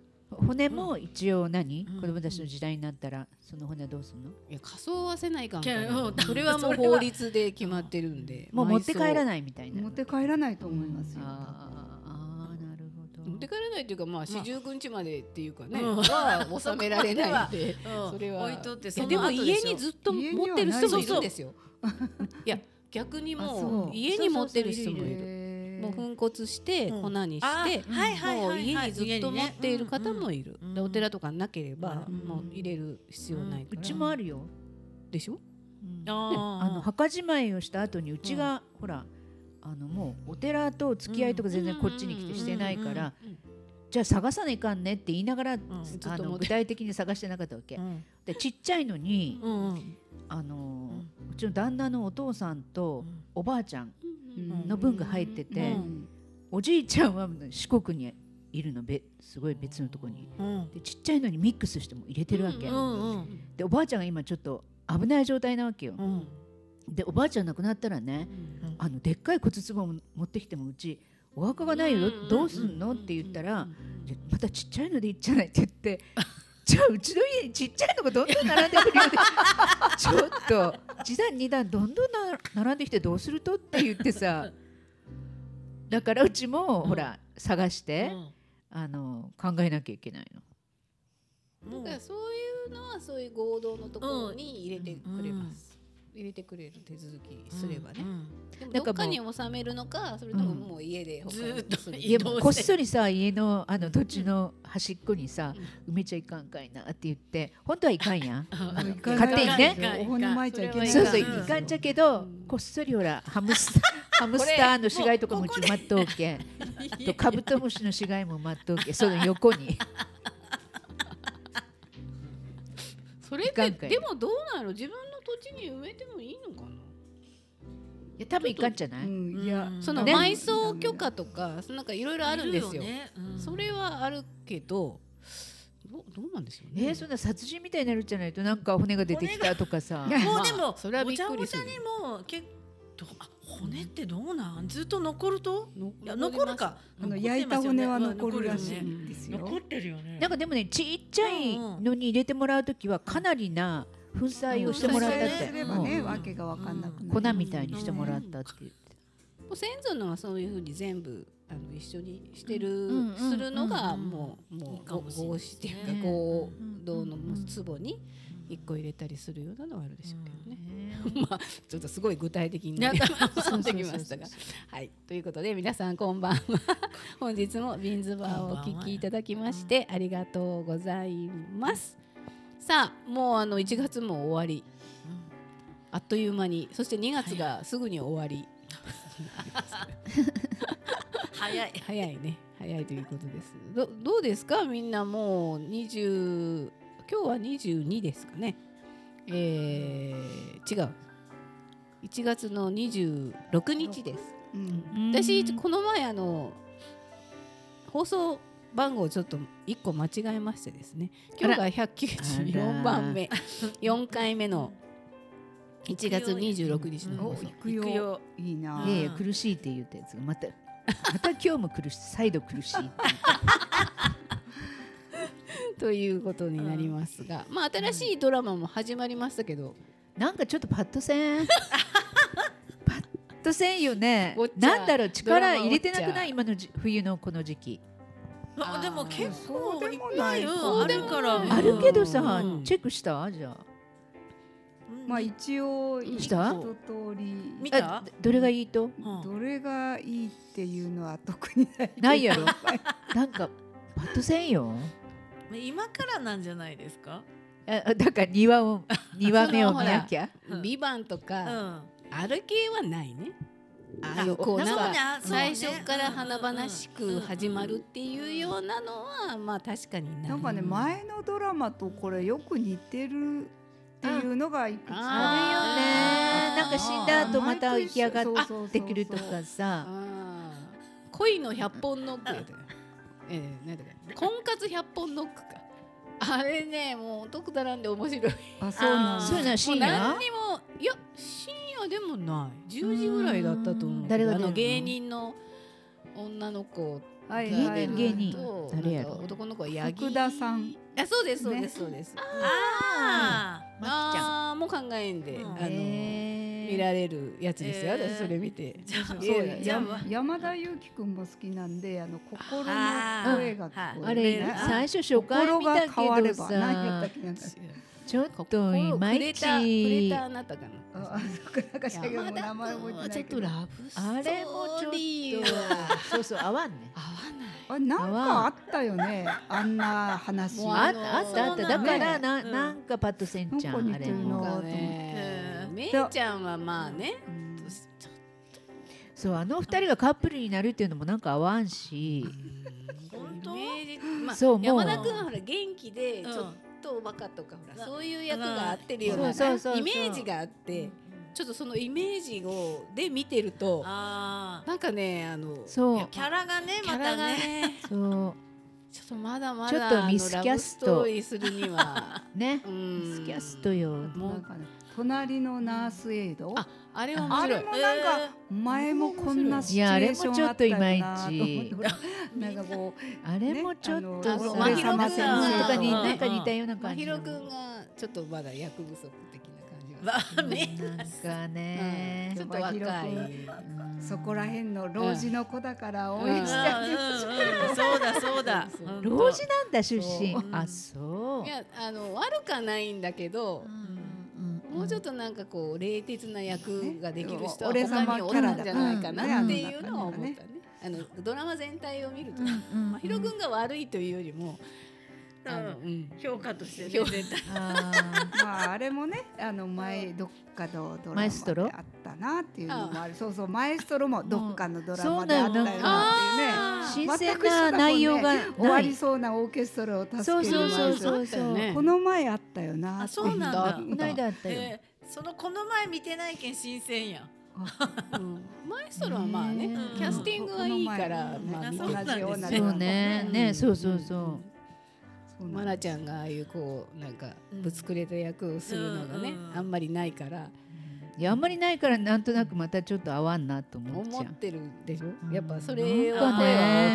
Speaker 5: 骨も一応何？
Speaker 3: うん
Speaker 5: 子供たちの時代になったらその骨はどうするの？
Speaker 6: ういや仮装合わせないかんか
Speaker 3: いやうん
Speaker 6: らそれはもう
Speaker 3: それは
Speaker 6: 法律で決まってるんで
Speaker 5: もう持って帰ら
Speaker 6: い
Speaker 5: ないみたいな。
Speaker 1: 持って帰らないと思いますよ
Speaker 5: あーあーなるほど。
Speaker 6: 持って帰らないというかまあ四十九日までっていうかね
Speaker 3: うん
Speaker 6: は収められないん
Speaker 3: (laughs)
Speaker 6: で
Speaker 3: うん
Speaker 6: それは
Speaker 3: 置いとって
Speaker 6: い
Speaker 3: そ
Speaker 6: や
Speaker 3: の
Speaker 6: でも
Speaker 3: 後しょ
Speaker 6: 家にずっと持ってる人もいるんですよいや逆に
Speaker 5: あ
Speaker 6: も
Speaker 5: そう
Speaker 6: う家に持ってる人もい
Speaker 5: そうそうそういる
Speaker 6: る
Speaker 5: い
Speaker 1: えー
Speaker 6: もう粉骨して
Speaker 3: うん
Speaker 6: 粉に
Speaker 3: あ
Speaker 6: して
Speaker 3: ーはいはいはい
Speaker 6: も
Speaker 3: は
Speaker 6: う
Speaker 3: い
Speaker 6: 家にずっと
Speaker 3: 家にね
Speaker 6: 持っている方もいる
Speaker 3: うんうん
Speaker 6: でお寺とかなければ
Speaker 3: うん
Speaker 6: もう入れる必要ないか
Speaker 5: う
Speaker 6: ら
Speaker 5: ちもあるよ。
Speaker 6: でしょ
Speaker 5: うん
Speaker 3: あー
Speaker 5: あの墓じまいをした後にうちが、ほらあのもうお寺と付き合いとか全然こっちに来てしてないから、
Speaker 6: うんうん
Speaker 5: じゃあ探さないかんねって言いながら、
Speaker 6: ずっと
Speaker 5: あ
Speaker 6: 思
Speaker 5: の
Speaker 6: って
Speaker 5: 具体的に探してなかったわけ、でちっちゃいのに、
Speaker 3: うんうん
Speaker 5: あのうちの旦那のお父さんとおばあちゃん
Speaker 1: うん
Speaker 5: の分が入ってて、
Speaker 1: うん
Speaker 5: おじいちゃんは四国にいるのべすごい別のとこに
Speaker 3: うん
Speaker 5: でちっちゃいのにミックスしても入れてるわけ、
Speaker 3: うんうん
Speaker 5: でおばあちゃんが今ちょっと危ない状態なわけよ、
Speaker 3: うん
Speaker 5: でおばあちゃん亡くなったらね、
Speaker 3: うん
Speaker 5: あのでっかい骨壺を持ってきてもうちお墓がないよ、
Speaker 6: うんうんうん
Speaker 5: どうすんの、って言ったら、じゃまたちっちゃいのでいいじゃないって言って (laughs) じゃあうちの家にちっちゃいのがどんどん並んでくるよねちょっと一段二段どんどんな並んできてどうするとって言っ
Speaker 6: (laughs)
Speaker 5: てさだからうちも、ほら探して、あの考えなきゃいけないの。
Speaker 3: もう
Speaker 6: だからそういうのはそういう合同のところに入れてくれます入れてくれる手続きすればね
Speaker 3: うん
Speaker 6: でも
Speaker 5: な
Speaker 6: ど
Speaker 5: んかも
Speaker 6: っ
Speaker 5: う
Speaker 6: かに収めるのかそれとももう家で保管
Speaker 3: ずーっと
Speaker 6: する
Speaker 5: いや
Speaker 3: 移動
Speaker 5: も
Speaker 3: し
Speaker 5: う
Speaker 3: て
Speaker 5: こっそりさ家のあの土地の端っこにさ、埋めちゃいかんかいなって言って本当はいかんやんあの
Speaker 1: 行か
Speaker 5: 勝手にね
Speaker 1: ないお骨巻いちゃいけない
Speaker 5: そ
Speaker 1: か
Speaker 5: う
Speaker 1: ら
Speaker 5: そう、い
Speaker 3: うん
Speaker 5: かんじゃけど、こっそりほら、ハムスター、ハムスターの死骸とかもうちまっとうけ。とカブトムシの死骸もまっとうけ、その横に。
Speaker 6: それっ
Speaker 5: いか
Speaker 6: て
Speaker 5: んかい
Speaker 6: でもどうなの自分の土地に埋めてもいいのかない
Speaker 5: や、多分いかんじゃな
Speaker 1: う
Speaker 5: い。
Speaker 1: んいや
Speaker 3: うん
Speaker 6: その
Speaker 5: ね
Speaker 6: 埋葬許可とかなんかいろいろあるんですよ
Speaker 3: いねうん
Speaker 6: それはあるけどどうどうなんでしょうね
Speaker 5: えー、そんな殺人みたいになるんじゃないと、なんか骨が出てきたとかさ。
Speaker 1: 骨が
Speaker 3: もうでも、
Speaker 6: まあそれは
Speaker 3: ご
Speaker 6: びっ
Speaker 3: ちゃ
Speaker 6: く
Speaker 3: ご
Speaker 6: り
Speaker 3: ち
Speaker 6: す
Speaker 3: ゃ
Speaker 6: る
Speaker 3: にも結構あ骨ってどうなんずっと残ると
Speaker 6: の
Speaker 3: いや残るか
Speaker 1: あの
Speaker 3: 残って
Speaker 1: 焼いた
Speaker 3: ますよね
Speaker 1: 骨は残
Speaker 3: うん
Speaker 1: るら
Speaker 3: よ
Speaker 1: しい
Speaker 3: ね
Speaker 1: んですよ
Speaker 3: 残ってるよね
Speaker 5: なんかでもね、ちっちゃいのに入れてもらうときは、かなりな粉砕をしてもらったっ
Speaker 1: そう
Speaker 5: て
Speaker 1: す。ればね
Speaker 5: うん
Speaker 1: わけがわかんなくなる
Speaker 5: 粉みたいにしてもらったって言って。
Speaker 6: もう先祖のはそういうふうに全部あの一緒にしてる、
Speaker 5: うんうん
Speaker 6: するのが
Speaker 3: うんうん
Speaker 6: もう、
Speaker 3: いい
Speaker 6: もう
Speaker 3: か
Speaker 6: ご
Speaker 3: もしれない
Speaker 6: 合祀っていうか
Speaker 3: ね
Speaker 6: 合同の
Speaker 5: うんうんうん
Speaker 6: 壺に一個入れたりするようなのはあるでしょうけどね。 (laughs) まあちょっとすごい具体的になってきましたが。はいということで皆さんこんばんは本日もビンズバーをお聞きいただきましてありがとうございます。さあもうあの1月も終わりあっという間にそして2月がすぐに終わり。
Speaker 3: 早い
Speaker 6: 早いね早いということですどどうですかみんなもう20今日は22ですかねえー、違う1月の26日です
Speaker 1: うん
Speaker 5: うん
Speaker 6: 私この前あの放送番号をちょっと1個間違えましてですね今日が194番目4回目の1月26日
Speaker 3: うん
Speaker 6: の
Speaker 1: お
Speaker 6: 放送
Speaker 1: 行くよ
Speaker 3: 行くよ
Speaker 1: いいな
Speaker 3: ね
Speaker 5: いやいや苦しいって言ったやつがまたまた今日も苦しい再度苦しいって
Speaker 6: ということになりますが、まあ新しいドラマも始まりましたけど、
Speaker 5: なんかちょっとパッと
Speaker 1: (laughs)
Speaker 5: せんパッとせんよね
Speaker 6: ウォッチャー
Speaker 5: なんだろう力入れてな
Speaker 6: ド
Speaker 5: く
Speaker 6: ラマウォッチャ
Speaker 5: な
Speaker 6: ー
Speaker 5: い今のじ冬のこの時期
Speaker 3: あでも結
Speaker 1: そ
Speaker 3: 構
Speaker 1: う
Speaker 3: い
Speaker 1: で
Speaker 3: っ
Speaker 1: も
Speaker 3: ぱ
Speaker 1: ない
Speaker 3: いうん
Speaker 1: そ
Speaker 3: あ
Speaker 1: うで
Speaker 3: る
Speaker 1: もない
Speaker 3: から
Speaker 5: あるけどさ
Speaker 6: うん
Speaker 5: チェックしたじゃあ
Speaker 1: まあ一応一
Speaker 5: した
Speaker 1: 通り
Speaker 3: 見た
Speaker 5: あどどれがいいと
Speaker 3: うん
Speaker 1: どれがいいっていうのは特にない
Speaker 5: ない
Speaker 1: (laughs)
Speaker 5: やろなんかパッとせんよ
Speaker 3: 今からなんじゃないですか
Speaker 5: ああ (laughs) だから庭を庭目を見なきゃ
Speaker 3: うん
Speaker 6: ビバンと
Speaker 3: うん
Speaker 6: か、
Speaker 3: あ
Speaker 6: ある系はないね。ああいう
Speaker 5: あ
Speaker 6: こう
Speaker 5: そうね
Speaker 6: なんか
Speaker 3: そう
Speaker 6: 最
Speaker 3: ね
Speaker 6: 初から華々しく始まるっていうようなのはまあ確かにない。
Speaker 1: なんかね前のドラマとこれよく似てるっていうのがいくつ
Speaker 5: ある
Speaker 1: か
Speaker 5: よ
Speaker 6: あ
Speaker 5: ねなんか死んだ後また浮き上がっ
Speaker 1: そうそうそうそう
Speaker 5: てくるとかさ
Speaker 6: あー恋の百本ノックやったよ。ええなんだっけ婚活百本ノックか。あれねもう得だらんで面白い。
Speaker 1: あそうなんだ
Speaker 5: そういうのは
Speaker 6: もう
Speaker 5: 深夜
Speaker 6: 何にもいや深夜でもない10時ぐらいだったと思うけど
Speaker 5: 誰が出
Speaker 6: あ
Speaker 5: るの
Speaker 6: の芸人の女の子
Speaker 1: はい
Speaker 5: 芸
Speaker 1: はい
Speaker 5: 人芸人
Speaker 6: と
Speaker 5: 誰やろ
Speaker 6: なんか男の子は八木
Speaker 1: 福田さん
Speaker 6: あそうですそう
Speaker 1: ね
Speaker 6: ですそうです、
Speaker 3: あー
Speaker 5: まきちゃん
Speaker 6: あーもう考えんで、
Speaker 3: うん
Speaker 6: あの見られるやつですよ、
Speaker 3: えー
Speaker 6: 私それ見て
Speaker 3: じゃあ
Speaker 6: そう
Speaker 3: じゃあ
Speaker 6: や
Speaker 3: じゃ
Speaker 1: や山田裕貴くんも好きなんであの心の
Speaker 3: あー
Speaker 1: 声が聞こ
Speaker 5: あ
Speaker 1: える
Speaker 5: れ
Speaker 1: ね
Speaker 5: 最初初回
Speaker 1: 心
Speaker 5: 見
Speaker 1: が
Speaker 5: た
Speaker 1: 変わ
Speaker 5: け
Speaker 1: れ
Speaker 5: ど
Speaker 1: ば何やった
Speaker 5: さ
Speaker 1: っけなんか
Speaker 5: ちょっとい
Speaker 6: 心を
Speaker 5: ま
Speaker 6: く
Speaker 5: い
Speaker 6: れ
Speaker 5: ち
Speaker 6: たくれたあなたか
Speaker 1: あ
Speaker 6: な
Speaker 1: あそっかなんかしらけどもう名前覚えてな
Speaker 6: は
Speaker 1: い
Speaker 6: ちょ
Speaker 1: け
Speaker 6: っと
Speaker 1: ど
Speaker 6: ラブスト
Speaker 5: あれもちょ
Speaker 6: ー
Speaker 5: っ
Speaker 6: リー
Speaker 5: と
Speaker 6: は
Speaker 5: そうそう合わんね
Speaker 6: 合わない
Speaker 1: あなんかあったよねあんな話
Speaker 6: もう
Speaker 5: あ
Speaker 1: あ
Speaker 5: っ
Speaker 6: の
Speaker 5: たあったあ
Speaker 1: そ
Speaker 5: った
Speaker 1: うな
Speaker 5: だ
Speaker 1: ん
Speaker 5: か
Speaker 1: だ
Speaker 5: らな
Speaker 3: うん
Speaker 5: なんかパッとせんちゃ
Speaker 1: なん
Speaker 5: ん
Speaker 1: か
Speaker 5: あ
Speaker 1: 似
Speaker 5: れ
Speaker 1: てるな
Speaker 6: な
Speaker 5: も
Speaker 6: んか
Speaker 3: と思
Speaker 6: ね
Speaker 3: って
Speaker 6: めいちゃんはまあねちょっ
Speaker 5: そうあの二人がカップルになるっていうのもなんか合わんし
Speaker 6: と
Speaker 3: 本当
Speaker 6: イメージまあ
Speaker 5: そうもう
Speaker 6: 山田君はほら元気でち
Speaker 3: うん
Speaker 6: ょっとおバカとかほらそういう役が合ってるよう
Speaker 5: そ
Speaker 6: な
Speaker 5: うそうそうそう
Speaker 6: イメージがあってちょっとそのイメージをで見てると
Speaker 3: あ
Speaker 6: なんかねあの
Speaker 5: そう
Speaker 3: ーキャラがね
Speaker 6: キ
Speaker 3: ま
Speaker 6: ャラ
Speaker 3: た
Speaker 6: が
Speaker 3: ね (laughs)
Speaker 6: ね
Speaker 5: そ
Speaker 6: ちょっとまだま
Speaker 5: ちょ
Speaker 6: だ
Speaker 5: っとミスキャスト
Speaker 6: あのラブストーリーするには
Speaker 5: うね
Speaker 6: うん
Speaker 5: スキャストよ
Speaker 1: となんかね隣のナースエイド
Speaker 6: ああれは面
Speaker 1: あ
Speaker 6: 白
Speaker 1: れ
Speaker 6: い
Speaker 1: もなんか、前もこんなシチ
Speaker 5: いや
Speaker 1: ュ
Speaker 5: あ
Speaker 1: エ
Speaker 5: れ
Speaker 1: ーショ
Speaker 5: も
Speaker 1: ン
Speaker 5: ち
Speaker 1: あ
Speaker 5: ょ
Speaker 1: っ
Speaker 5: ったとい
Speaker 1: よ
Speaker 5: まいち
Speaker 1: なと思ってなんかこ
Speaker 5: あれもちょっと
Speaker 1: ねあ
Speaker 3: の
Speaker 5: おれさま
Speaker 3: 真
Speaker 5: 先
Speaker 3: 宙君
Speaker 5: 生とかに
Speaker 3: うん
Speaker 5: なんか似たような
Speaker 6: ま
Speaker 5: 感
Speaker 6: ひ
Speaker 5: じ
Speaker 6: ろ
Speaker 5: の
Speaker 6: くんがちょっとまだ役不足的な
Speaker 3: (laughs)
Speaker 6: 感じ
Speaker 3: ダ
Speaker 6: が
Speaker 3: メ
Speaker 5: なんか
Speaker 6: う
Speaker 5: ね
Speaker 6: んちょっと若い
Speaker 5: うん
Speaker 1: うそこらへんの老人の子だから応援してあげる
Speaker 3: うんうんそうだそうだ
Speaker 6: そう
Speaker 3: 本当
Speaker 5: 老人なんだ出身
Speaker 3: そう
Speaker 5: あそう
Speaker 6: いやあの悪かないんだけど、もうちょっとなんかこう冷徹な役ができる人は
Speaker 1: ね俺
Speaker 6: 他
Speaker 1: 様
Speaker 6: にお
Speaker 1: キャ
Speaker 6: る
Speaker 1: ラ
Speaker 6: ん
Speaker 1: だ
Speaker 6: じゃないかなっていうのは思った
Speaker 1: うん
Speaker 6: ね。あのドラマ全体を見ると、まあひろくんが悪いというよりも、
Speaker 3: うん
Speaker 6: あのうん
Speaker 3: 評価としてね
Speaker 6: 評
Speaker 3: 絶対
Speaker 5: あー
Speaker 1: まああれもねあの前どっかのドラマ
Speaker 5: マエ
Speaker 1: で
Speaker 5: ストロ
Speaker 1: あったなっていうのもあるそうそうマエストロもどっかのドラマで
Speaker 5: うん
Speaker 1: あったよなっていうね
Speaker 6: (laughs)
Speaker 5: 新
Speaker 1: 全
Speaker 5: 鮮
Speaker 1: く一緒だも
Speaker 5: なん
Speaker 1: ね
Speaker 5: 内容が
Speaker 1: 終わ
Speaker 5: な
Speaker 1: り
Speaker 5: い
Speaker 1: そうなオーケストラを助ける
Speaker 5: そうそうそう
Speaker 1: マエス
Speaker 5: そう
Speaker 6: 助ける
Speaker 5: そ
Speaker 6: 前
Speaker 1: トロ
Speaker 6: で
Speaker 5: う
Speaker 1: この前あったよな
Speaker 3: あそうなん
Speaker 6: あ
Speaker 3: だ
Speaker 6: っ
Speaker 5: こないだあったよ
Speaker 3: えーそのこの前見てないけん新鮮や
Speaker 6: うんマエストロはまあね、
Speaker 3: うん
Speaker 6: キャスティングはいいか
Speaker 1: こ
Speaker 6: ら、
Speaker 1: の前
Speaker 6: まあ
Speaker 3: あ
Speaker 6: 見
Speaker 3: そ
Speaker 6: て
Speaker 3: うなんですね
Speaker 1: 同じようなドラ
Speaker 5: そ
Speaker 1: マ
Speaker 5: うねねそうそうそ
Speaker 1: そうな
Speaker 6: マ
Speaker 1: ん
Speaker 6: ナ
Speaker 1: です
Speaker 6: ちゃんがああいうこうなんかぶつくれた役をするのがね、
Speaker 3: うんうん
Speaker 6: あんまりないから
Speaker 5: ういやあんまりないからなんとなくまたちょっと合わんなと思っちゃ
Speaker 6: 思っ
Speaker 5: う
Speaker 6: てるでし
Speaker 5: う
Speaker 6: ょ
Speaker 5: ん
Speaker 6: やっぱそれを声
Speaker 5: なん
Speaker 6: は
Speaker 5: かね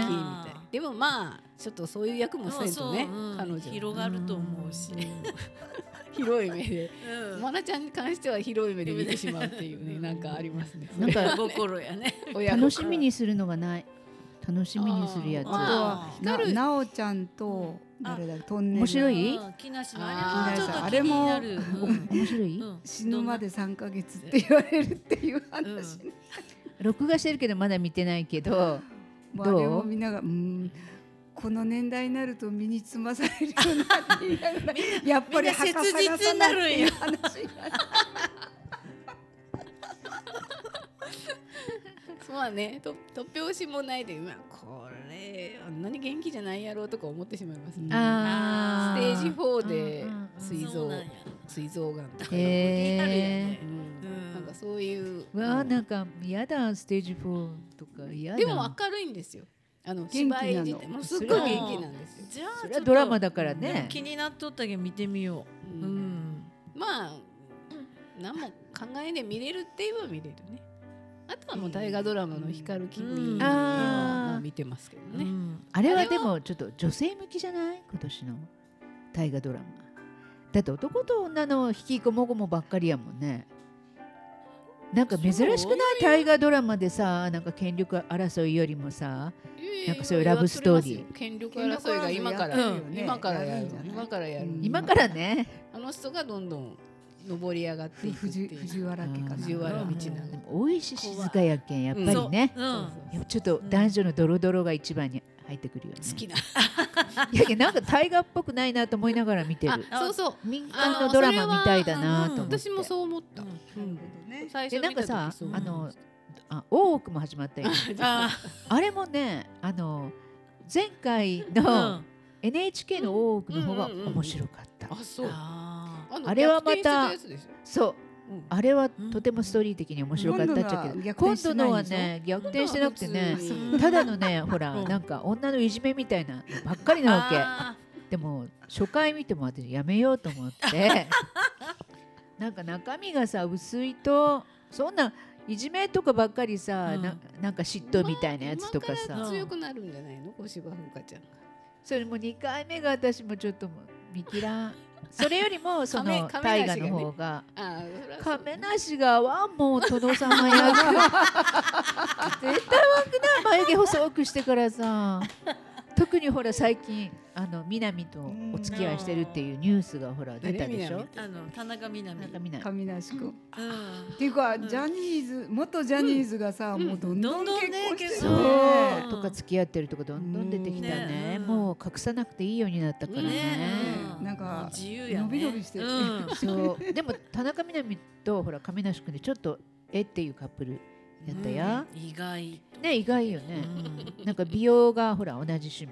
Speaker 6: 大きいみたいでもまあちょっとそういう役もせんとね
Speaker 3: うん
Speaker 6: 彼女
Speaker 3: 広がると思うし
Speaker 6: 広い目で
Speaker 3: うん
Speaker 6: 愛菜ちゃんに関しては広い目で見てしまうっていうねなんかありますね
Speaker 5: なんか
Speaker 3: (laughs) 心やね
Speaker 6: 親
Speaker 5: 楽しみにするのがない楽しみにするやつ
Speaker 1: あと
Speaker 6: あ
Speaker 1: はななおちゃんと誰だトンネル
Speaker 5: 面白い
Speaker 3: うん木梨の
Speaker 6: あ
Speaker 3: あ
Speaker 6: ー
Speaker 3: れもちょっと
Speaker 1: あ
Speaker 3: 気
Speaker 1: れ
Speaker 3: に
Speaker 1: も
Speaker 3: なるうん
Speaker 5: 面白い
Speaker 3: うん
Speaker 1: 死ぬま
Speaker 3: どん
Speaker 1: で3か月って言われるっていう話、
Speaker 3: う
Speaker 5: 録画してるけどまだ見てないけど
Speaker 1: もう
Speaker 5: どう
Speaker 1: あれを見ながらうーんこの年代になると身につまされるよなって言いながらやっぱり
Speaker 3: みんな
Speaker 1: 墓
Speaker 3: 切
Speaker 1: 探
Speaker 3: 実
Speaker 1: さ
Speaker 3: に
Speaker 1: な
Speaker 3: ないる
Speaker 1: っ
Speaker 3: ん
Speaker 1: て
Speaker 3: よ
Speaker 1: いう話になる
Speaker 6: まあねと突拍子もないでうわこれあんなに元気じゃないやろうとか思ってしまいますね
Speaker 5: あ
Speaker 6: ステージ4で
Speaker 5: うんうんうん
Speaker 6: 膵
Speaker 3: そう
Speaker 6: 臓
Speaker 3: なんや
Speaker 6: 膵臓がんとか
Speaker 3: 気になるや
Speaker 5: へ
Speaker 3: ね
Speaker 6: うん
Speaker 3: うん
Speaker 6: なんかそういう
Speaker 5: ーわあなんか嫌だステージ4とか嫌だ
Speaker 6: でも明るいんですよ。あの
Speaker 1: 気なの
Speaker 6: 芝居自体もうすっごい元気なんですよ。
Speaker 3: じゃあ
Speaker 5: それ
Speaker 3: ちょ
Speaker 5: は
Speaker 3: っと
Speaker 5: ドラマだからね
Speaker 3: 気になっとったけど見てみよう
Speaker 6: う
Speaker 3: うんん
Speaker 6: まあ何も考えで見れるって言えば見れるねあとはもう大河ドラマの光る
Speaker 3: う
Speaker 6: 君
Speaker 3: ん
Speaker 6: は
Speaker 5: あー
Speaker 6: まあ見てますけどね、
Speaker 5: あれはでもちょっと女性向きじゃない今年の大河ドラマだって男と女の引きこもごもばっかりやもんねなんか珍しくない
Speaker 6: そう
Speaker 5: 大河ドラマでさなんか権力争いよりもさ
Speaker 6: ええ
Speaker 5: なんかそういうラブストーリー
Speaker 6: やってますよ権力争いが今から
Speaker 1: 権力争いやってるよね
Speaker 6: うん今からやる
Speaker 1: やるんじゃない
Speaker 6: 今からやる、
Speaker 1: うん
Speaker 5: 今からね
Speaker 6: あの人がどんどん上り上が (laughs) っていくって
Speaker 1: 藤
Speaker 6: いう
Speaker 1: 藤原家かな
Speaker 6: 藤原道長
Speaker 5: でも大石静香やけんやっぱりね、
Speaker 3: うんうん
Speaker 5: いやちょっと男女のドロドロが一番に入ってくるよね
Speaker 6: 好きない
Speaker 5: やいやなんか大河っぽくないなと思いながら見てる
Speaker 6: あそうそう
Speaker 5: 民間のドラマみたいだなと思って
Speaker 6: 私もそう思った、うん最
Speaker 5: で
Speaker 6: 初
Speaker 5: なん
Speaker 6: 見た
Speaker 5: か
Speaker 6: 時そ
Speaker 5: さ
Speaker 6: う
Speaker 5: あのあ大奥も始
Speaker 6: (laughs)
Speaker 5: まったよ
Speaker 3: あ
Speaker 5: あれもねあの前回
Speaker 3: ー
Speaker 5: の NHK の大奥の方が
Speaker 6: うんうんうんうん
Speaker 5: 面白かった、
Speaker 6: あそう
Speaker 3: あ
Speaker 6: あの
Speaker 5: あれはまた
Speaker 6: 逆転してたやつでし
Speaker 5: そう
Speaker 6: ょうん
Speaker 5: あれはとてもストーリー的に面白かったっちゃけど今
Speaker 1: 今
Speaker 5: 度
Speaker 1: 度
Speaker 5: の
Speaker 1: の
Speaker 5: は
Speaker 1: は逆
Speaker 5: ね逆転してなくてね
Speaker 6: 普通に
Speaker 5: ただのねほら
Speaker 3: うん
Speaker 5: なんか女のいじめみたいなのばっかりなわけ。
Speaker 3: あ
Speaker 5: でも初回見ても私やめようと思って (laughs) なんか中身がさ薄いとそんないじめとかばっかりさ、
Speaker 3: うん
Speaker 5: ななんか嫉妬みたいなやつとか
Speaker 6: 今
Speaker 5: さ、
Speaker 6: ら
Speaker 3: うん
Speaker 6: 強くなるんじゃないの小芝風花ちゃんが
Speaker 5: それも2回目が私もちょっともう見切らんそれよりもその
Speaker 6: 亀
Speaker 5: 大
Speaker 6: 亀梨がね
Speaker 5: 河の方が
Speaker 6: あーそれはそう
Speaker 5: 亀梨が合わんもう殿様や絶対合わんくない眉毛細くしてからさ特にほら最近あの南とお付き合いしてるっていうニュースがほら出たでしょ
Speaker 6: 誰
Speaker 3: ーあの田中みな
Speaker 5: なん
Speaker 3: 実
Speaker 5: かみんな
Speaker 1: 神梨君
Speaker 3: うん
Speaker 1: っていうか、ジャニーズ元ジャニーズがさ、もうどんどん
Speaker 3: どんどん
Speaker 1: 結
Speaker 3: ね
Speaker 1: 婚してる
Speaker 5: そ
Speaker 1: ね
Speaker 5: う
Speaker 3: うん
Speaker 5: とか付き合ってるとかどんどん出てきたね
Speaker 3: うん
Speaker 5: もう隠さなくていいようになったからね
Speaker 1: うんなんか
Speaker 3: もう自由やね
Speaker 1: のびのびしてる
Speaker 3: うん
Speaker 5: そうでも田中みな実とほら亀梨君でちょっとえっていうカップルやったや、
Speaker 3: うん意外と
Speaker 5: ね意外よ
Speaker 3: う
Speaker 5: ね、(laughs)
Speaker 3: ん
Speaker 5: なんか美容がほら同じ趣味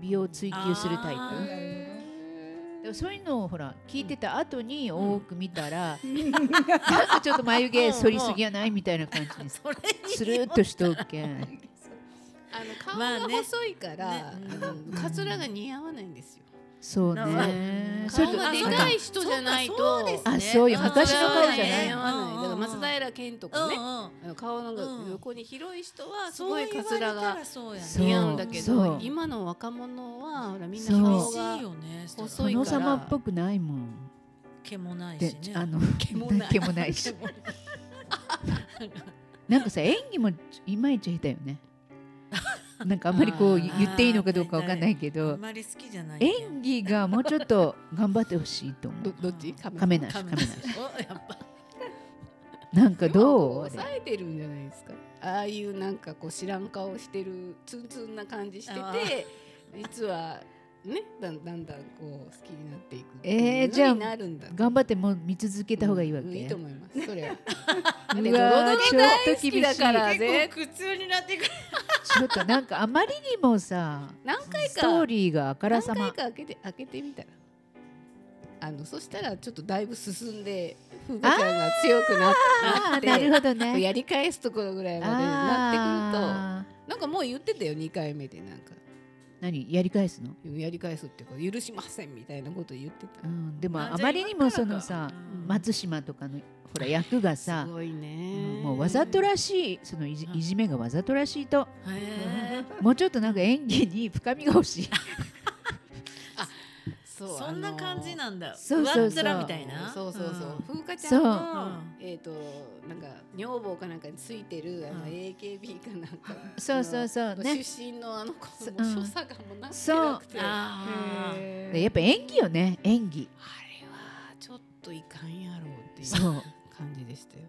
Speaker 5: 美容を追求するタイ
Speaker 3: あ
Speaker 5: プ
Speaker 3: ー
Speaker 5: でもそういうのをほら聞いてた後に多く見たら、なんかちょっと眉毛剃りすぎやないみたいな感
Speaker 6: (laughs)
Speaker 5: じに
Speaker 3: それに
Speaker 5: スルーっとしとうけん
Speaker 6: あの顔
Speaker 3: まあ
Speaker 6: が
Speaker 3: ね
Speaker 6: 細いから、
Speaker 3: ね
Speaker 6: あのカツラが似合わないんですよ。
Speaker 5: そう
Speaker 3: なるほど
Speaker 5: ねそれ
Speaker 6: 顔
Speaker 5: と
Speaker 6: がでかい人じゃないと、
Speaker 3: そうですね
Speaker 5: あそうよ
Speaker 3: ん
Speaker 5: 昔の顔
Speaker 6: カツラが
Speaker 5: じゃない
Speaker 6: 似合わない。だから松
Speaker 3: うん
Speaker 6: 平健と
Speaker 3: う
Speaker 6: かね、
Speaker 3: んうん
Speaker 6: あの顔の
Speaker 3: うん
Speaker 6: 横に広い人はす
Speaker 3: そ
Speaker 6: ご
Speaker 3: う
Speaker 6: い
Speaker 3: 言
Speaker 6: カ
Speaker 3: われ
Speaker 6: ツ
Speaker 3: た
Speaker 6: ラが
Speaker 3: らそうやね
Speaker 5: そう
Speaker 6: 似合うんだけ
Speaker 5: そう
Speaker 6: ど、今の若者はほらみん
Speaker 5: そ
Speaker 6: な
Speaker 5: う
Speaker 6: 顔
Speaker 3: 厳し
Speaker 6: が
Speaker 3: いよね
Speaker 6: 細い
Speaker 5: 殿
Speaker 6: から
Speaker 5: 様っぽくないもん
Speaker 3: 毛もない
Speaker 5: で
Speaker 3: しね
Speaker 5: あの毛
Speaker 6: もない
Speaker 5: もないしなんかさ演技もいまいち下手よ
Speaker 6: (laughs)
Speaker 5: ねなんかあんまりこう
Speaker 6: あ
Speaker 5: 言
Speaker 6: ー
Speaker 5: っていいのかどうかわかんないけ
Speaker 3: あ
Speaker 5: ど
Speaker 3: んまり好きじゃないけど
Speaker 5: 演技がもうちょっと頑張ってほしいと思
Speaker 6: ど
Speaker 5: う
Speaker 6: どっち？カメ
Speaker 5: 亀梨
Speaker 3: 亀
Speaker 5: 亀梨
Speaker 3: 梨おやっぱ
Speaker 5: なんかどう
Speaker 6: 抑えてるんじゃないですか。ああいうなんかこう知らん顔してるツンツンな感じして
Speaker 3: あ
Speaker 6: て、実はねだんだんだんこう好きになっていくっていう
Speaker 5: えー
Speaker 6: の
Speaker 5: じゃあ
Speaker 6: になるんだと
Speaker 5: 頑張ってもう見続けた方がいいわけ、
Speaker 6: うんいいと思います。それは。
Speaker 5: うわー
Speaker 6: ドロドロ
Speaker 5: ちょっと厳しい
Speaker 6: だから
Speaker 3: 結
Speaker 6: ぜ
Speaker 3: 構苦痛になってくる
Speaker 5: ちょっとなんかあまりにもさ
Speaker 6: 何回
Speaker 5: ストー
Speaker 6: か
Speaker 5: リーがあから
Speaker 6: 何
Speaker 5: さ
Speaker 6: 回
Speaker 5: ま
Speaker 6: か開けて開けてみたら。あのそしたらちょっとだいぶ進んで風
Speaker 5: あー
Speaker 6: 花ちゃんが強くなっ
Speaker 5: あー
Speaker 6: て
Speaker 5: なるほどね
Speaker 6: やり返すところぐらいまでなって
Speaker 5: あ
Speaker 6: くるとなんかもう言ってたよ2回目でなんか
Speaker 5: ー何やり返すの、
Speaker 6: やり返すっていうか許しませんみたいなこと言って
Speaker 5: う
Speaker 6: た。
Speaker 5: ん、でも
Speaker 3: あ
Speaker 5: あまりにもその
Speaker 3: じゃあ
Speaker 5: さ
Speaker 3: 今からかうん
Speaker 5: 松島とかのほら役がさ
Speaker 6: すごいね、
Speaker 5: もうわざとらしいそのいじ
Speaker 3: うん
Speaker 5: いじめがわざとらしいと
Speaker 3: へー
Speaker 5: もうちょっとなんか演技に深みが
Speaker 6: (laughs)
Speaker 5: 欲しい
Speaker 6: そ
Speaker 3: そんな感じなんだ
Speaker 5: そうそうそう
Speaker 3: 上っ面みたいな
Speaker 6: そうそうそう、風
Speaker 3: ん
Speaker 6: 花ちゃんの
Speaker 3: うん
Speaker 6: えっ、となんか女房かなんかについてるあの
Speaker 3: うん
Speaker 6: AKB かなんかの
Speaker 5: そうそうそうね
Speaker 6: 出身のあの子
Speaker 5: そう
Speaker 6: の
Speaker 5: うん
Speaker 6: 所作がもうなってなくて、あ
Speaker 3: あー
Speaker 5: でやっぱ演技よね演技
Speaker 6: れはちょっといかんやろうっていう
Speaker 5: そう
Speaker 6: 感じでしたよ。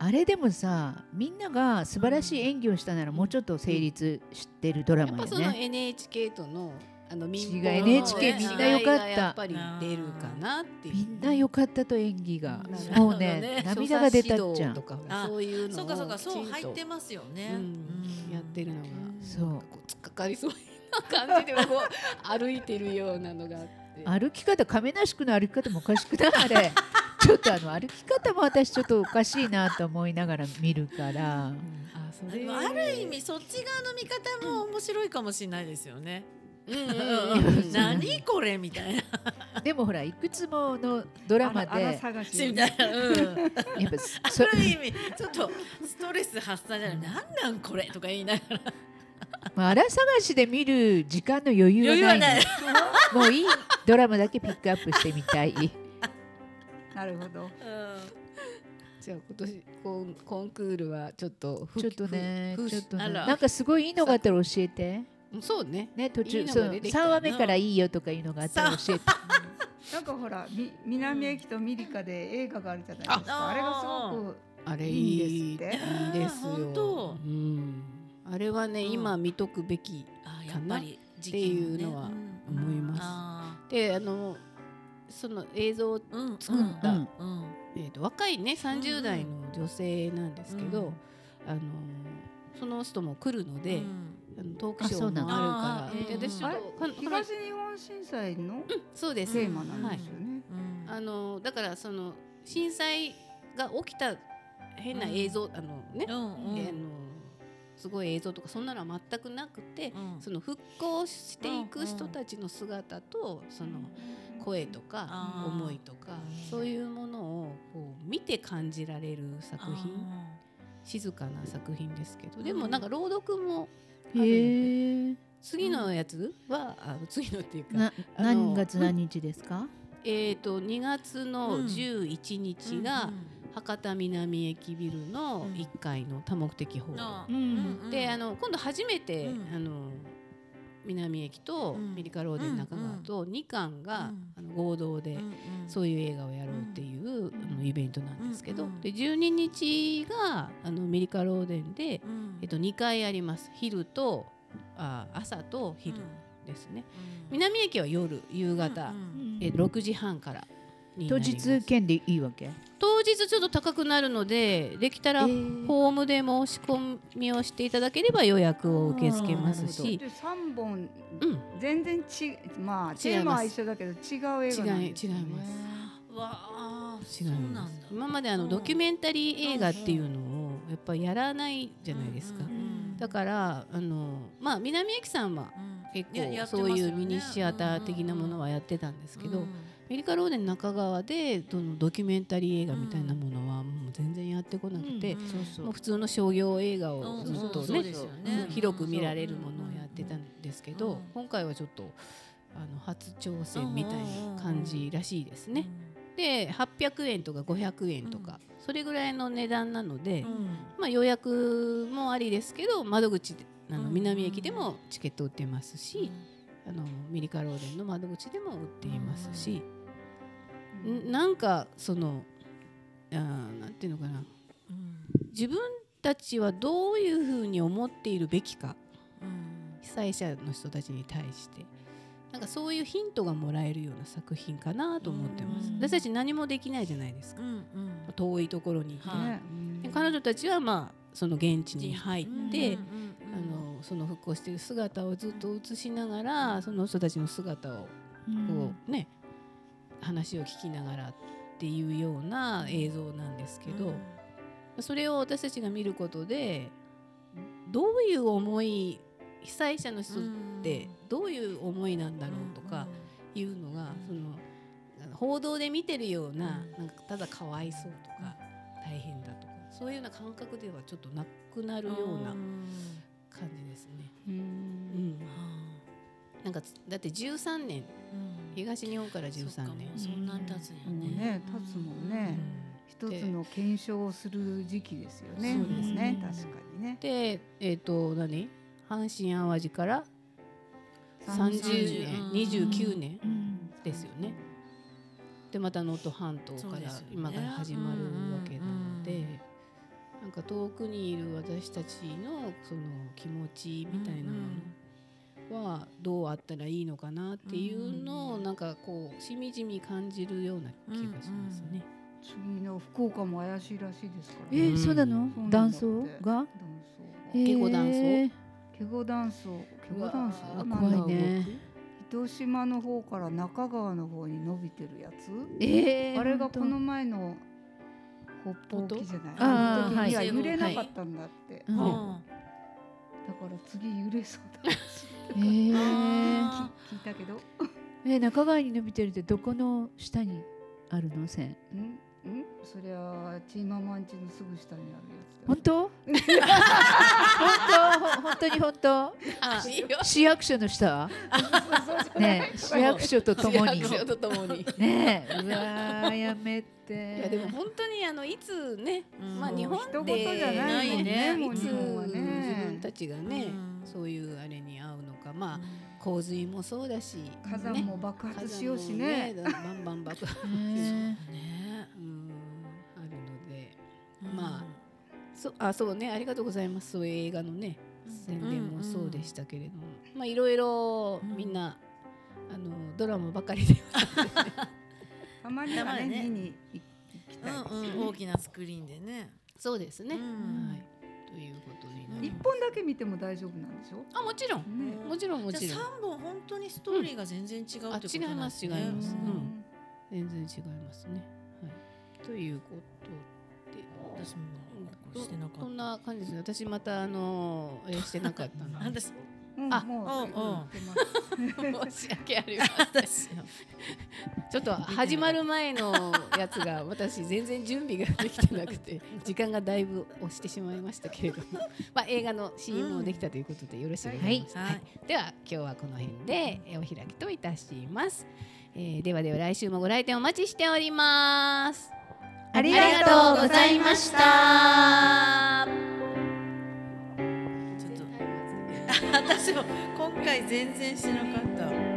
Speaker 5: あれでもさみんなが素晴らしい演技をしたならもうちょっと成立してるド
Speaker 6: や
Speaker 5: ラ
Speaker 6: っ
Speaker 5: マ
Speaker 6: ぱ
Speaker 5: よ
Speaker 6: その
Speaker 5: ね
Speaker 6: NHK とのあの民放
Speaker 5: 違
Speaker 6: の
Speaker 5: う
Speaker 3: NHK みんな良
Speaker 5: かった
Speaker 6: 違いがやっぱり出るかなっていう。
Speaker 5: みんな良かったと演技が
Speaker 1: なるほどね
Speaker 5: もうね涙が出たっちゃ
Speaker 6: 所作指導
Speaker 5: ん
Speaker 6: とかそういうのを
Speaker 3: そうかそうかそ
Speaker 6: きち
Speaker 3: う
Speaker 6: んと
Speaker 3: 入ってますよね、
Speaker 6: うんやってるのが
Speaker 5: そう
Speaker 6: こう突っかかりそうな感じでこう歩いてるようなのがあって
Speaker 5: 歩き方亀梨君の歩き方もおかしくないあれちょっとあの歩き方も私ちょっとおかしいなと思いながら見るから
Speaker 6: あそ
Speaker 3: でもある意味そっち側の見方も面白いかもしれないですよね。う
Speaker 6: (laughs)
Speaker 3: んうん何これみたいな。
Speaker 5: でもほらいくつものドラマ
Speaker 1: (laughs) あらあら
Speaker 5: で
Speaker 1: 探し
Speaker 3: みたいな。 (laughs) うん。
Speaker 5: やっぱそ
Speaker 3: ある意味ちょっとストレス発散じゃない。なんなんこれとか言いながら。
Speaker 5: まあ、あら探しで見る時間の余裕はない
Speaker 3: 余裕はない。
Speaker 5: もういいドラマだけピックアップしてみたい
Speaker 1: なるほど。
Speaker 6: じゃあ今年コンコンクールはちょっとふ
Speaker 5: ちょっとね
Speaker 6: ふふ
Speaker 5: ちょっと
Speaker 3: あ
Speaker 5: ね
Speaker 3: ら
Speaker 5: なんかすごいいいのがあったら教えて
Speaker 6: そうね
Speaker 5: ね途中
Speaker 6: いいの
Speaker 5: そ
Speaker 6: が
Speaker 5: う
Speaker 6: 出てきたな
Speaker 5: 3話目からいいよとかいうのがあったら教えて
Speaker 1: なんかほらみ南駅とミリカで映画があるじゃないです
Speaker 3: あ
Speaker 1: か。あれがすごく
Speaker 6: あれ
Speaker 1: いい
Speaker 6: いい
Speaker 1: んですって
Speaker 6: いいです
Speaker 3: あー
Speaker 6: よ
Speaker 3: 本当
Speaker 6: うん、あれはね、
Speaker 3: うん
Speaker 6: 今見とくべき
Speaker 3: あや
Speaker 6: か
Speaker 3: っ
Speaker 6: な
Speaker 3: ぱり時期もね
Speaker 6: っていうのは
Speaker 3: うん
Speaker 6: 思います
Speaker 3: あ
Speaker 6: であのその映像を
Speaker 3: ーうんうん
Speaker 6: 作った、
Speaker 5: うん
Speaker 3: うん
Speaker 6: えー、と若いね30代の女性なんですけど、
Speaker 3: うん
Speaker 6: あのその人も来るの
Speaker 3: で
Speaker 6: で、あのトークシ
Speaker 5: あ
Speaker 6: ョ
Speaker 5: そう
Speaker 6: ー
Speaker 5: な
Speaker 6: も
Speaker 5: ん
Speaker 3: だ
Speaker 6: あるから、
Speaker 3: あー
Speaker 6: で私ちょっとかか
Speaker 1: 東日本震災の
Speaker 6: そう
Speaker 1: テ
Speaker 6: です、
Speaker 1: ーマなんですよね。
Speaker 6: あのだからその震災が起きた変な映像、あのね、
Speaker 3: うん
Speaker 6: であのすごい映像とかそんなのは全くなくて、
Speaker 3: うん
Speaker 6: その復興していく人たちの姿と、その声とか
Speaker 3: あー
Speaker 6: 思いとか、そういうものをこう見て感じられる作品静かな作品ですけどでもなんか朗読もあるので
Speaker 5: へえ
Speaker 6: 次のやつは、あの次のっていうか、
Speaker 5: な
Speaker 6: あの
Speaker 5: 何月何日ですか
Speaker 6: えー、と2月の
Speaker 3: うん
Speaker 6: 11日
Speaker 3: う
Speaker 6: が
Speaker 3: ん
Speaker 6: 博多南駅ビルの
Speaker 3: うん
Speaker 6: 1階の多目的ホール。
Speaker 3: あ
Speaker 5: うん
Speaker 3: うん
Speaker 6: であの今度初めて、
Speaker 3: うん
Speaker 6: あの南駅と
Speaker 3: うん
Speaker 6: メリカローデン中川と2巻が、
Speaker 3: うん
Speaker 6: あの合同で、そう
Speaker 3: いう
Speaker 6: いう映画をやろうっていう、あのイベントなんですけど、
Speaker 3: うんうん
Speaker 6: で12日があのメリカローデンで、
Speaker 3: うん
Speaker 6: えっと、2回あります昼とあ朝と昼ですね、南駅は夜夕方、え6時半からにな
Speaker 5: 当
Speaker 6: ります
Speaker 5: 日券でいいわけ
Speaker 6: 当日ちょっと高くなるのでできたら
Speaker 5: えー
Speaker 6: ホームで申し込みをしていただければ予約を受け付けますし、
Speaker 1: で三本
Speaker 6: うん、
Speaker 1: 全然ちまあ
Speaker 6: す
Speaker 1: テーマは一緒だけど違う映画なんですよね
Speaker 6: 違い違います
Speaker 3: わあ
Speaker 6: 違
Speaker 3: そ
Speaker 6: いうま
Speaker 3: なん
Speaker 6: す
Speaker 3: だ
Speaker 6: 今まであの
Speaker 3: うん
Speaker 6: ドキュメンタリー映画っていうのをやっぱやらないじゃないですか
Speaker 3: うんうん
Speaker 6: だからあのまあ南駅さんは
Speaker 3: うん
Speaker 6: 結
Speaker 3: いや
Speaker 6: 構
Speaker 3: やって
Speaker 6: そ
Speaker 3: ますよ
Speaker 6: うい
Speaker 3: ね
Speaker 6: うミニシアター的なものはやってたんですけどアメリカローデン中川でそのドキュメンタリー映画みたいなものはもう全然やってこなくて
Speaker 3: うん
Speaker 5: そうそ
Speaker 6: もう
Speaker 5: う
Speaker 6: 普通の商業映画
Speaker 3: うん
Speaker 6: をずっと
Speaker 3: そう
Speaker 6: ね
Speaker 3: ですよ
Speaker 6: も
Speaker 3: ね
Speaker 6: う広く見られるものをやってた
Speaker 3: うん
Speaker 6: んですけ
Speaker 3: うん
Speaker 6: ど今回はちょっとあの初挑戦みたいな感じらしいです
Speaker 3: うん
Speaker 6: ね。で800円とか500円とか、それぐらいの値段なので、
Speaker 3: うん
Speaker 6: まあ、予約もありですけど窓口であ
Speaker 3: うんう
Speaker 6: の
Speaker 3: ん
Speaker 6: 南駅でもチケット売ってますし、あのミリカローデンの窓口でも売っていますし、んなんかそのあーなんていうのかな
Speaker 3: うん
Speaker 6: 自分たちはどういうふうに思っているべきか
Speaker 3: うん
Speaker 6: 被災者の人たちに対してなんかそういうヒントがもらえるような作品かなと思ってます、
Speaker 3: うん
Speaker 6: 私たち何もできないじゃないですか
Speaker 3: うんうん
Speaker 6: 遠いところにいて、
Speaker 3: はい
Speaker 1: ね
Speaker 6: で彼女たちはまあその現地に入って、
Speaker 3: うんうんうん
Speaker 6: あのその復興している姿をずっと映しながらその人たちの姿をこうね、話を聞きながらっていうような映像なんですけど、それを私たちが見ることでどういう思い被災者の人ってどういう思いなんだろうとかいうのが、その報道で見てるような,、なんかただかわいそうとか、大変だとかそういうような感覚ではちょっとなくなるような感じですね。うんなんかつだって13年東日本から13年。
Speaker 3: そんなん経つんや
Speaker 1: もう
Speaker 3: ね
Speaker 1: ね立つもんね一つの検証をする時期ですよね。
Speaker 6: そうです
Speaker 1: ね
Speaker 6: ね
Speaker 1: 確かにね。
Speaker 6: でえっ、と何阪神・淡路から30年
Speaker 3: 30
Speaker 6: 29年ですよね。でまた能登半島
Speaker 3: そう
Speaker 6: か
Speaker 3: で
Speaker 6: ら
Speaker 3: すよね
Speaker 6: 今から始まるわけなので、
Speaker 3: うんうんうん
Speaker 6: なんか遠くにいる私たちのその気持ちみたいなものはどうあったらいいのかなっていうのをなんかこうしみじみ感じるような気がしますね。
Speaker 1: 次の福岡も怪しいらしいですから
Speaker 5: え
Speaker 1: ね。
Speaker 5: ーそうなの
Speaker 1: そうなんだっ
Speaker 5: 断
Speaker 1: て断
Speaker 5: 層が
Speaker 1: 層が
Speaker 5: へー
Speaker 6: 下戸断層
Speaker 1: ケゴダンスをケゴダンス
Speaker 5: うわー
Speaker 1: なんだろう
Speaker 5: 怖いね
Speaker 1: 糸島の方から中川の方に伸びてるやつ、
Speaker 5: えー
Speaker 1: あれが
Speaker 5: 本当
Speaker 1: この前の北方沖じゃない
Speaker 5: あ
Speaker 1: あ
Speaker 5: ー
Speaker 1: の時には
Speaker 3: はい
Speaker 1: 揺れなかったんだって、
Speaker 5: うん
Speaker 1: だから次揺れそうだ
Speaker 5: えー
Speaker 3: あ
Speaker 1: 聞いたけど。 (laughs) ん
Speaker 5: え中川に伸びてるってどこの下にあるの線
Speaker 1: んそりゃあチーママンチのすぐ下にあるやつだ
Speaker 5: 本
Speaker 1: よ。
Speaker 5: 当 (laughs) 本当ほ本当に本当
Speaker 3: あ (laughs) いいよ
Speaker 5: 市役所の下はねえ市役所とともに
Speaker 6: 市役所とともに。
Speaker 5: ねえうわーやめて
Speaker 6: いやでも本当にあのいつね、
Speaker 3: うん
Speaker 6: まあ日本
Speaker 1: 一言
Speaker 6: で
Speaker 1: じゃないもん
Speaker 3: ないね
Speaker 1: ね。
Speaker 6: い
Speaker 1: もう
Speaker 6: つ
Speaker 1: 日
Speaker 6: 自
Speaker 1: 本は
Speaker 6: 分
Speaker 1: ね。
Speaker 6: たちがね、
Speaker 3: うん
Speaker 6: そういうあれに合うのか、まあ洪水もそうだし、
Speaker 1: 火山
Speaker 6: ね
Speaker 1: も爆
Speaker 6: 火山
Speaker 1: 発
Speaker 6: も
Speaker 1: しようしね。
Speaker 6: バンバン爆発、
Speaker 5: ね
Speaker 1: (laughs)
Speaker 3: ね
Speaker 6: うんあるので、まそあそうねありがとうございます。そういう映画のね宣伝もそうでしたけれども、まあいろいろみんな、あのドラマばかりで
Speaker 1: たまには
Speaker 3: たま
Speaker 1: ね
Speaker 3: にね
Speaker 1: 見に行きたいですよ
Speaker 3: うん
Speaker 1: ね
Speaker 3: うん大きなスクリーンでね
Speaker 6: そうですね、
Speaker 3: うん
Speaker 6: はいということになり
Speaker 1: 一
Speaker 6: ます。
Speaker 1: 本だけ見ても大丈夫なんでしょ。
Speaker 6: あもちろん
Speaker 1: ね。
Speaker 6: もちろんも
Speaker 3: じ
Speaker 6: ち
Speaker 3: ゃ
Speaker 6: ろ
Speaker 3: あ
Speaker 6: ん
Speaker 3: 三本本当にストーリーが全然違うってことなんですね
Speaker 6: あ違います違います
Speaker 1: う
Speaker 6: うん
Speaker 1: ん
Speaker 6: 全然違いますね。はい、ということで。
Speaker 3: 私も
Speaker 6: そ
Speaker 3: してなか
Speaker 6: そん
Speaker 3: っ
Speaker 6: な感じですね。私またあのえーしてなかった
Speaker 3: た。な
Speaker 6: なんで。
Speaker 3: ですす。
Speaker 1: うん
Speaker 6: あ
Speaker 1: もう
Speaker 3: うんうん
Speaker 1: 行ってます
Speaker 6: (laughs) 申し (laughs) 訳ありません。ちょっと始まる前のやつが私全然準備ができてなく (laughs) て時間がだいぶ押してしまいましたけれども、 (laughs) まあ映画の CM もできたということでよろしいですか。
Speaker 3: はい
Speaker 6: はい。では今日はこの辺でえーお開きといたします。えーではでは来週もご来店お待ちしております。
Speaker 1: あり
Speaker 4: がとうございました。
Speaker 3: (laughs) ちょっと私も今回全然してなかった。